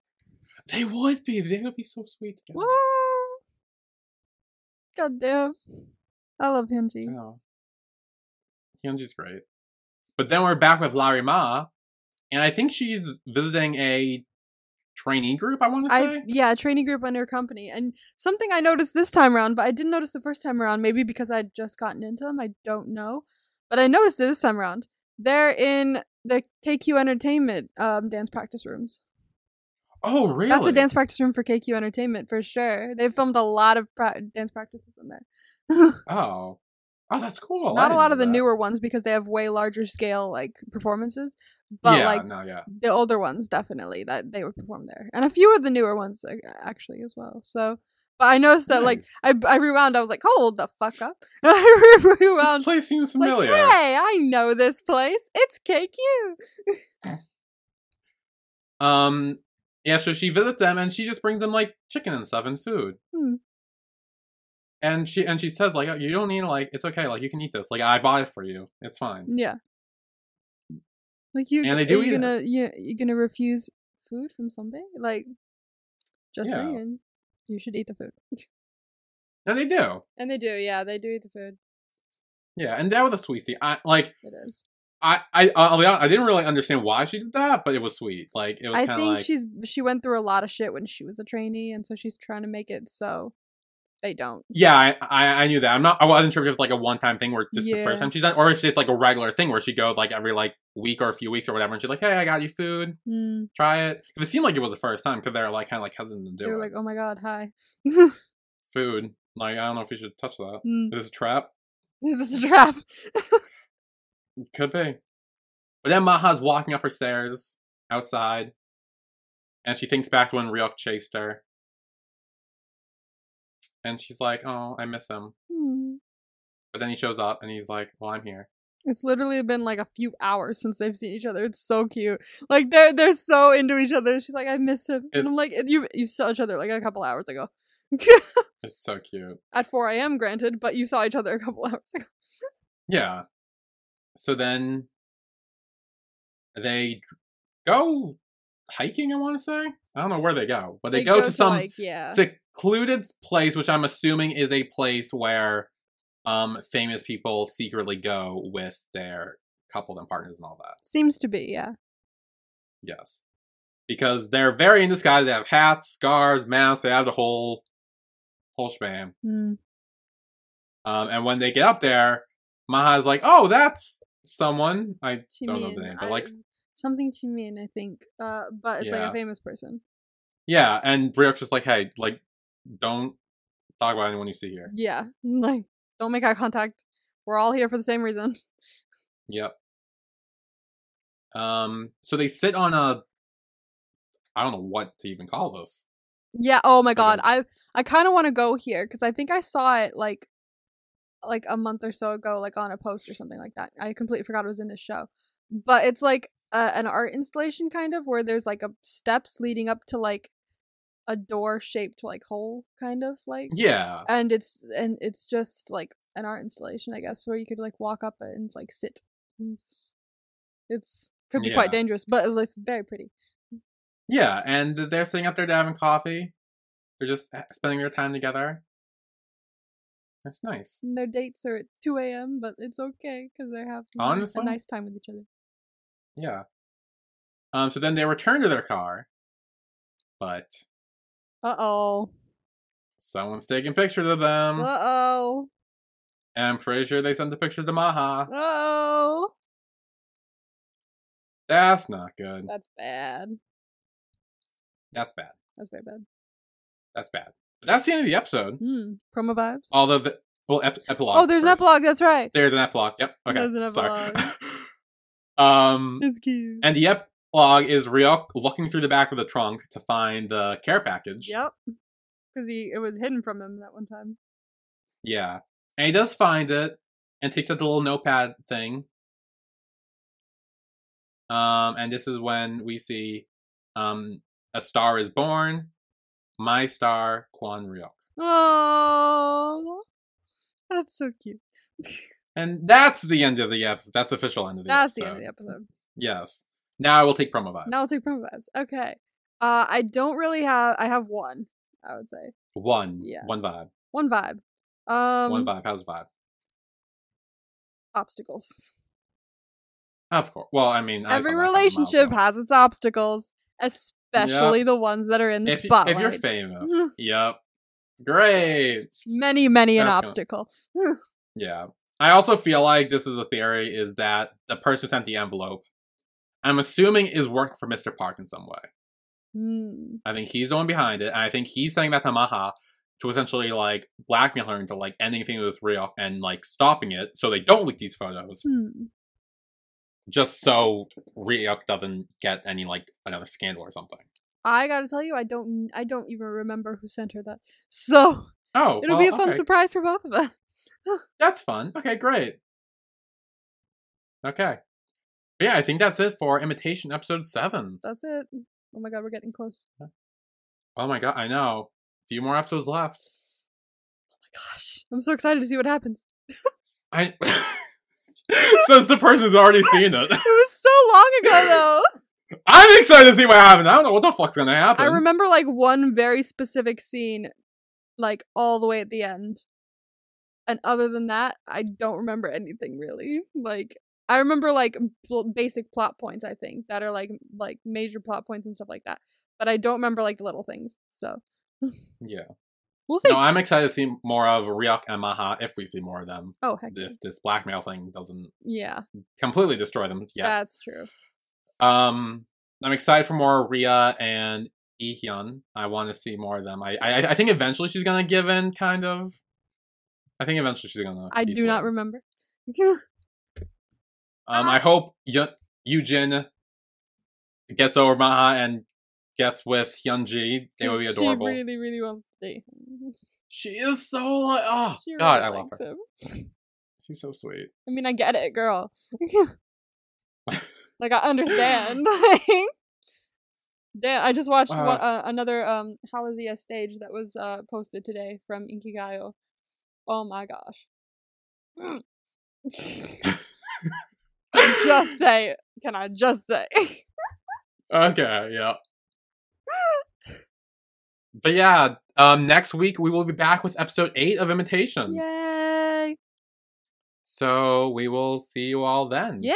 Speaker 2: They would be. They would be so sweet together.
Speaker 1: Woo! God damn. I love Hyunji.
Speaker 2: Yeah. Hyunji's great. But then we're back with Larry Ma, and I think she's visiting a trainee group, I want to say.
Speaker 1: I yeah, a training group under company. And something I noticed this time around, but I didn't notice the first time around, maybe because I'd just gotten into them, I don't know. But I noticed it this time around. They're in the KQ Entertainment um, dance practice rooms.
Speaker 2: oh, really?
Speaker 1: That's a dance practice room for KQ Entertainment for sure. They filmed a lot of pra- dance practices in there.
Speaker 2: Oh. Oh, that's
Speaker 1: Not
Speaker 2: cool. I
Speaker 1: a
Speaker 2: didn't
Speaker 1: lot
Speaker 2: know
Speaker 1: of the
Speaker 2: that.
Speaker 1: newer ones because they have way larger scale like performances, but
Speaker 2: yeah,
Speaker 1: like
Speaker 2: no, yeah.
Speaker 1: the older ones definitely that they would perform there, and a few of the newer ones like, actually as well. So, but I noticed that like
Speaker 2: Nice.
Speaker 1: I I rewound, I was like, hold the fuck up. *laughs* I
Speaker 2: this
Speaker 1: rewound.
Speaker 2: place seems
Speaker 1: It's like,
Speaker 2: familiar.
Speaker 1: hey, I know this place. It's KQ.
Speaker 2: Um, yeah, so she visits them and she just brings them like chicken and stuff and food.
Speaker 1: Hmm.
Speaker 2: And she and she says like, oh, you don't need to, like, it's okay, like you can eat this. Like I bought it for you. It's fine.
Speaker 1: Yeah. Like you,
Speaker 2: And they do
Speaker 1: are
Speaker 2: eat
Speaker 1: you
Speaker 2: it.
Speaker 1: gonna you you gonna refuse food from somebody? Like, just
Speaker 2: Yeah.
Speaker 1: saying, you should eat the food.
Speaker 2: And they do.
Speaker 1: And they do, yeah, they do eat the food.
Speaker 2: Yeah, and that was a sweet scene. I like
Speaker 1: It is.
Speaker 2: I I I'll be honest, I didn't really understand why she did that, but it was sweet. Like it was
Speaker 1: I
Speaker 2: kind of
Speaker 1: think
Speaker 2: like
Speaker 1: she's she went through a lot of shit when she was a trainee, and so she's trying to make it so they don't.
Speaker 2: yeah, I, I I knew that. I'm not. I wasn't sure if it was like a one time thing where just the
Speaker 1: Yeah.
Speaker 2: first time she's done, or if it's like a regular thing where she goes like every like week or a few weeks or whatever, and she's like, "Hey, I got you food.
Speaker 1: Hmm,
Speaker 2: Try it." 'Cause it seemed like it was the first time because they're like kind of like hesitant to do
Speaker 1: They're
Speaker 2: it.
Speaker 1: like, oh my god, hi.
Speaker 2: food. Like I don't know if we should touch that.
Speaker 1: Mm,
Speaker 2: Is this a trap?
Speaker 1: *laughs* This is a trap.
Speaker 2: Could be. But then Maha's walking up her stairs outside, and she thinks back to when Ryuk chased her. And she's like, "Oh, I miss him."
Speaker 1: Hmm.
Speaker 2: But then he shows up and he's like, "Well, I'm here."
Speaker 1: It's literally been like a few hours since they've seen each other. It's so cute. Like they're they're so into each other. She's like, I miss him, and
Speaker 2: It's-
Speaker 1: I'm like, you you saw each other like a couple hours ago.
Speaker 2: It's so cute.
Speaker 1: At 4 a.m. Granted, but you saw each other a couple *laughs* hours ago.
Speaker 2: Yeah. So then they go hiking. I want to say I don't know where they go, but they, go, to some
Speaker 1: like, yeah,
Speaker 2: secluded place, which I'm assuming is a place where um famous people secretly go with their couple and partners and all that.
Speaker 1: seems to be yeah.
Speaker 2: Yes. Because they're very in disguise. They have hats, scarves, masks. They have the whole, whole shebang.
Speaker 1: Hmm,
Speaker 2: Um, and when they get up there, Maha's like, "Oh, that's someone." I don't know the name, but like,
Speaker 1: something Chimin, I think. Uh, but it's like
Speaker 2: Yeah.
Speaker 1: a famous person.
Speaker 2: yeah. And Brioche's just like, "Hey, like, don't talk about anyone you see here."
Speaker 1: Yeah, *laughs* like don't make eye contact. We're all here for the same reason. *laughs*
Speaker 2: Yep. Um. So they sit on a. I don't know what to even call this.
Speaker 1: Yeah. Oh my
Speaker 2: It's
Speaker 1: god.
Speaker 2: like a-
Speaker 1: I I kind of want to go here because I think I saw it like like a month or so ago, like on a post or something like that. I completely forgot it was in this show, but it's like uh, an art installation kind of where there's like a steps leading up to like a door shaped like hole kind of like
Speaker 2: Yeah.
Speaker 1: and it's and it's just like an art installation i guess where you could like walk up and like sit and just, it's could be
Speaker 2: Yeah.
Speaker 1: quite dangerous but it looks very pretty
Speaker 2: Yeah. And they're sitting up there to having coffee. They're just eh, spending their time together. That's nice.
Speaker 1: and their dates are at 2 a.m but it's okay because they're having
Speaker 2: Honestly?
Speaker 1: a nice time with each other
Speaker 2: Yeah. Um, so then they return to their car, but
Speaker 1: uh-oh
Speaker 2: someone's taking pictures of them.
Speaker 1: uh-oh
Speaker 2: And I'm pretty sure they sent the pictures to Maha.
Speaker 1: uh-oh
Speaker 2: That's not good.
Speaker 1: that's bad
Speaker 2: That's bad.
Speaker 1: that's very bad
Speaker 2: That's bad. But that's the end of the episode.
Speaker 1: hmm promo vibes
Speaker 2: Although the well ep- epilogue.
Speaker 1: oh there's an
Speaker 2: first.
Speaker 1: epilogue that's right
Speaker 2: There's an epilogue. Yep. Okay.
Speaker 1: There's an
Speaker 2: Sorry. *laughs* um,
Speaker 1: it's cute
Speaker 2: and the epilogue is Ryok looking through the back of the trunk to find the care package.
Speaker 1: yep because he it was hidden from him that one time
Speaker 2: Yeah. And he does find it and takes out the little notepad thing. Um, and this is when we see um, a star is born. My star, Kwan Ryok.
Speaker 1: oh that's so cute
Speaker 2: And that's the end of the episode. That's the official end of the
Speaker 1: that's
Speaker 2: episode.
Speaker 1: the end of the episode
Speaker 2: Yes. Now I will take promo vibes.
Speaker 1: Now I'll take promo vibes. Okay. Uh, I don't really have. I have one. I would say
Speaker 2: one.
Speaker 1: Yeah.
Speaker 2: One vibe.
Speaker 1: one vibe. Um,
Speaker 2: one vibe. How's vibe?
Speaker 1: Obstacles.
Speaker 2: Of course. Well, I mean, I
Speaker 1: Every
Speaker 2: sound like I'm a
Speaker 1: relationship
Speaker 2: milestone.
Speaker 1: has its obstacles, especially the ones that are in the
Speaker 2: if, you-
Speaker 1: spotlight.
Speaker 2: if you're famous.
Speaker 1: *laughs*
Speaker 2: yep. Great.
Speaker 1: many, many an
Speaker 2: That's gonna-
Speaker 1: obstacle.
Speaker 2: Yeah. I also feel like this is a theory is that the person who sent the envelope, I'm assuming, is working for Mr. Park in some way.
Speaker 1: Hmm.
Speaker 2: I think he's the one behind it, and I think he's sending that to Maha to essentially like blackmail her into like ending things with Rio and like stopping it so they don't leak these photos,
Speaker 1: Hmm.
Speaker 2: just so Rio doesn't get any like another scandal or something.
Speaker 1: I gotta tell you, I don't. I don't even remember who sent her that. So
Speaker 2: Oh,
Speaker 1: it'll be a
Speaker 2: well,
Speaker 1: fun
Speaker 2: okay.
Speaker 1: surprise for both of us.
Speaker 2: That's fun. Okay, great. Okay. But yeah, I think that's it for Imitation Episode 7.
Speaker 1: That's it. Oh my god, we're getting close.
Speaker 2: Oh my god, I know. Few more episodes left.
Speaker 1: Gosh, I'm so excited to see what happens. *laughs*
Speaker 2: I *laughs* says the person who's already seen
Speaker 1: It
Speaker 2: it. *laughs*
Speaker 1: was so long ago though.
Speaker 2: I'm excited to see what happens. I don't know what the fuck's gonna happen.
Speaker 1: I remember like one very specific scene, like all the way at the end. And other than that, I don't remember anything really. Like I remember like bl- basic plot points, I think that are like like major plot points and stuff like that. But I don't remember like little things. So *laughs*
Speaker 2: yeah.
Speaker 1: we'll see.
Speaker 2: No, I'm excited to see more of Ryuk and Maha if we see more of them.
Speaker 1: oh heck, yeah.
Speaker 2: If this blackmail thing doesn't
Speaker 1: yeah,
Speaker 2: completely destroy them yet.
Speaker 1: that's true.
Speaker 2: Um, I'm excited for more Ria and Ihyun. I want to see more of them. I, I I think eventually she's gonna give in, kind of. I think eventually she's gonna.
Speaker 1: I
Speaker 2: be
Speaker 1: do not
Speaker 2: swayed.
Speaker 1: remember. *laughs*
Speaker 2: Um, I hope Yu- Yujin gets over Maha and gets with Hyunji. They would be
Speaker 1: 'Cause
Speaker 2: adorable.
Speaker 1: She
Speaker 2: She,
Speaker 1: really, really wants to date. him.
Speaker 2: is so like, oh
Speaker 1: *laughs* She
Speaker 2: god,
Speaker 1: really
Speaker 2: I love her.
Speaker 1: likes him.
Speaker 2: She's
Speaker 1: *laughs*
Speaker 2: so sweet.
Speaker 1: I mean, I get it, girl. *laughs* like I understand. Damn, I just watched
Speaker 2: Wow.
Speaker 1: one, uh, another um Halazia stage that was uh posted today from Inkigayo. Oh my gosh. *laughs* just say, can I just say?
Speaker 2: *laughs* okay,
Speaker 1: *laughs*
Speaker 2: yeah. But yeah, um, next week we will be back with episode eight of Imitation.
Speaker 1: *laughs* Yay!
Speaker 2: So we will see you all then.
Speaker 1: Yeah.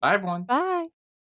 Speaker 2: Bye everyone.
Speaker 1: Bye.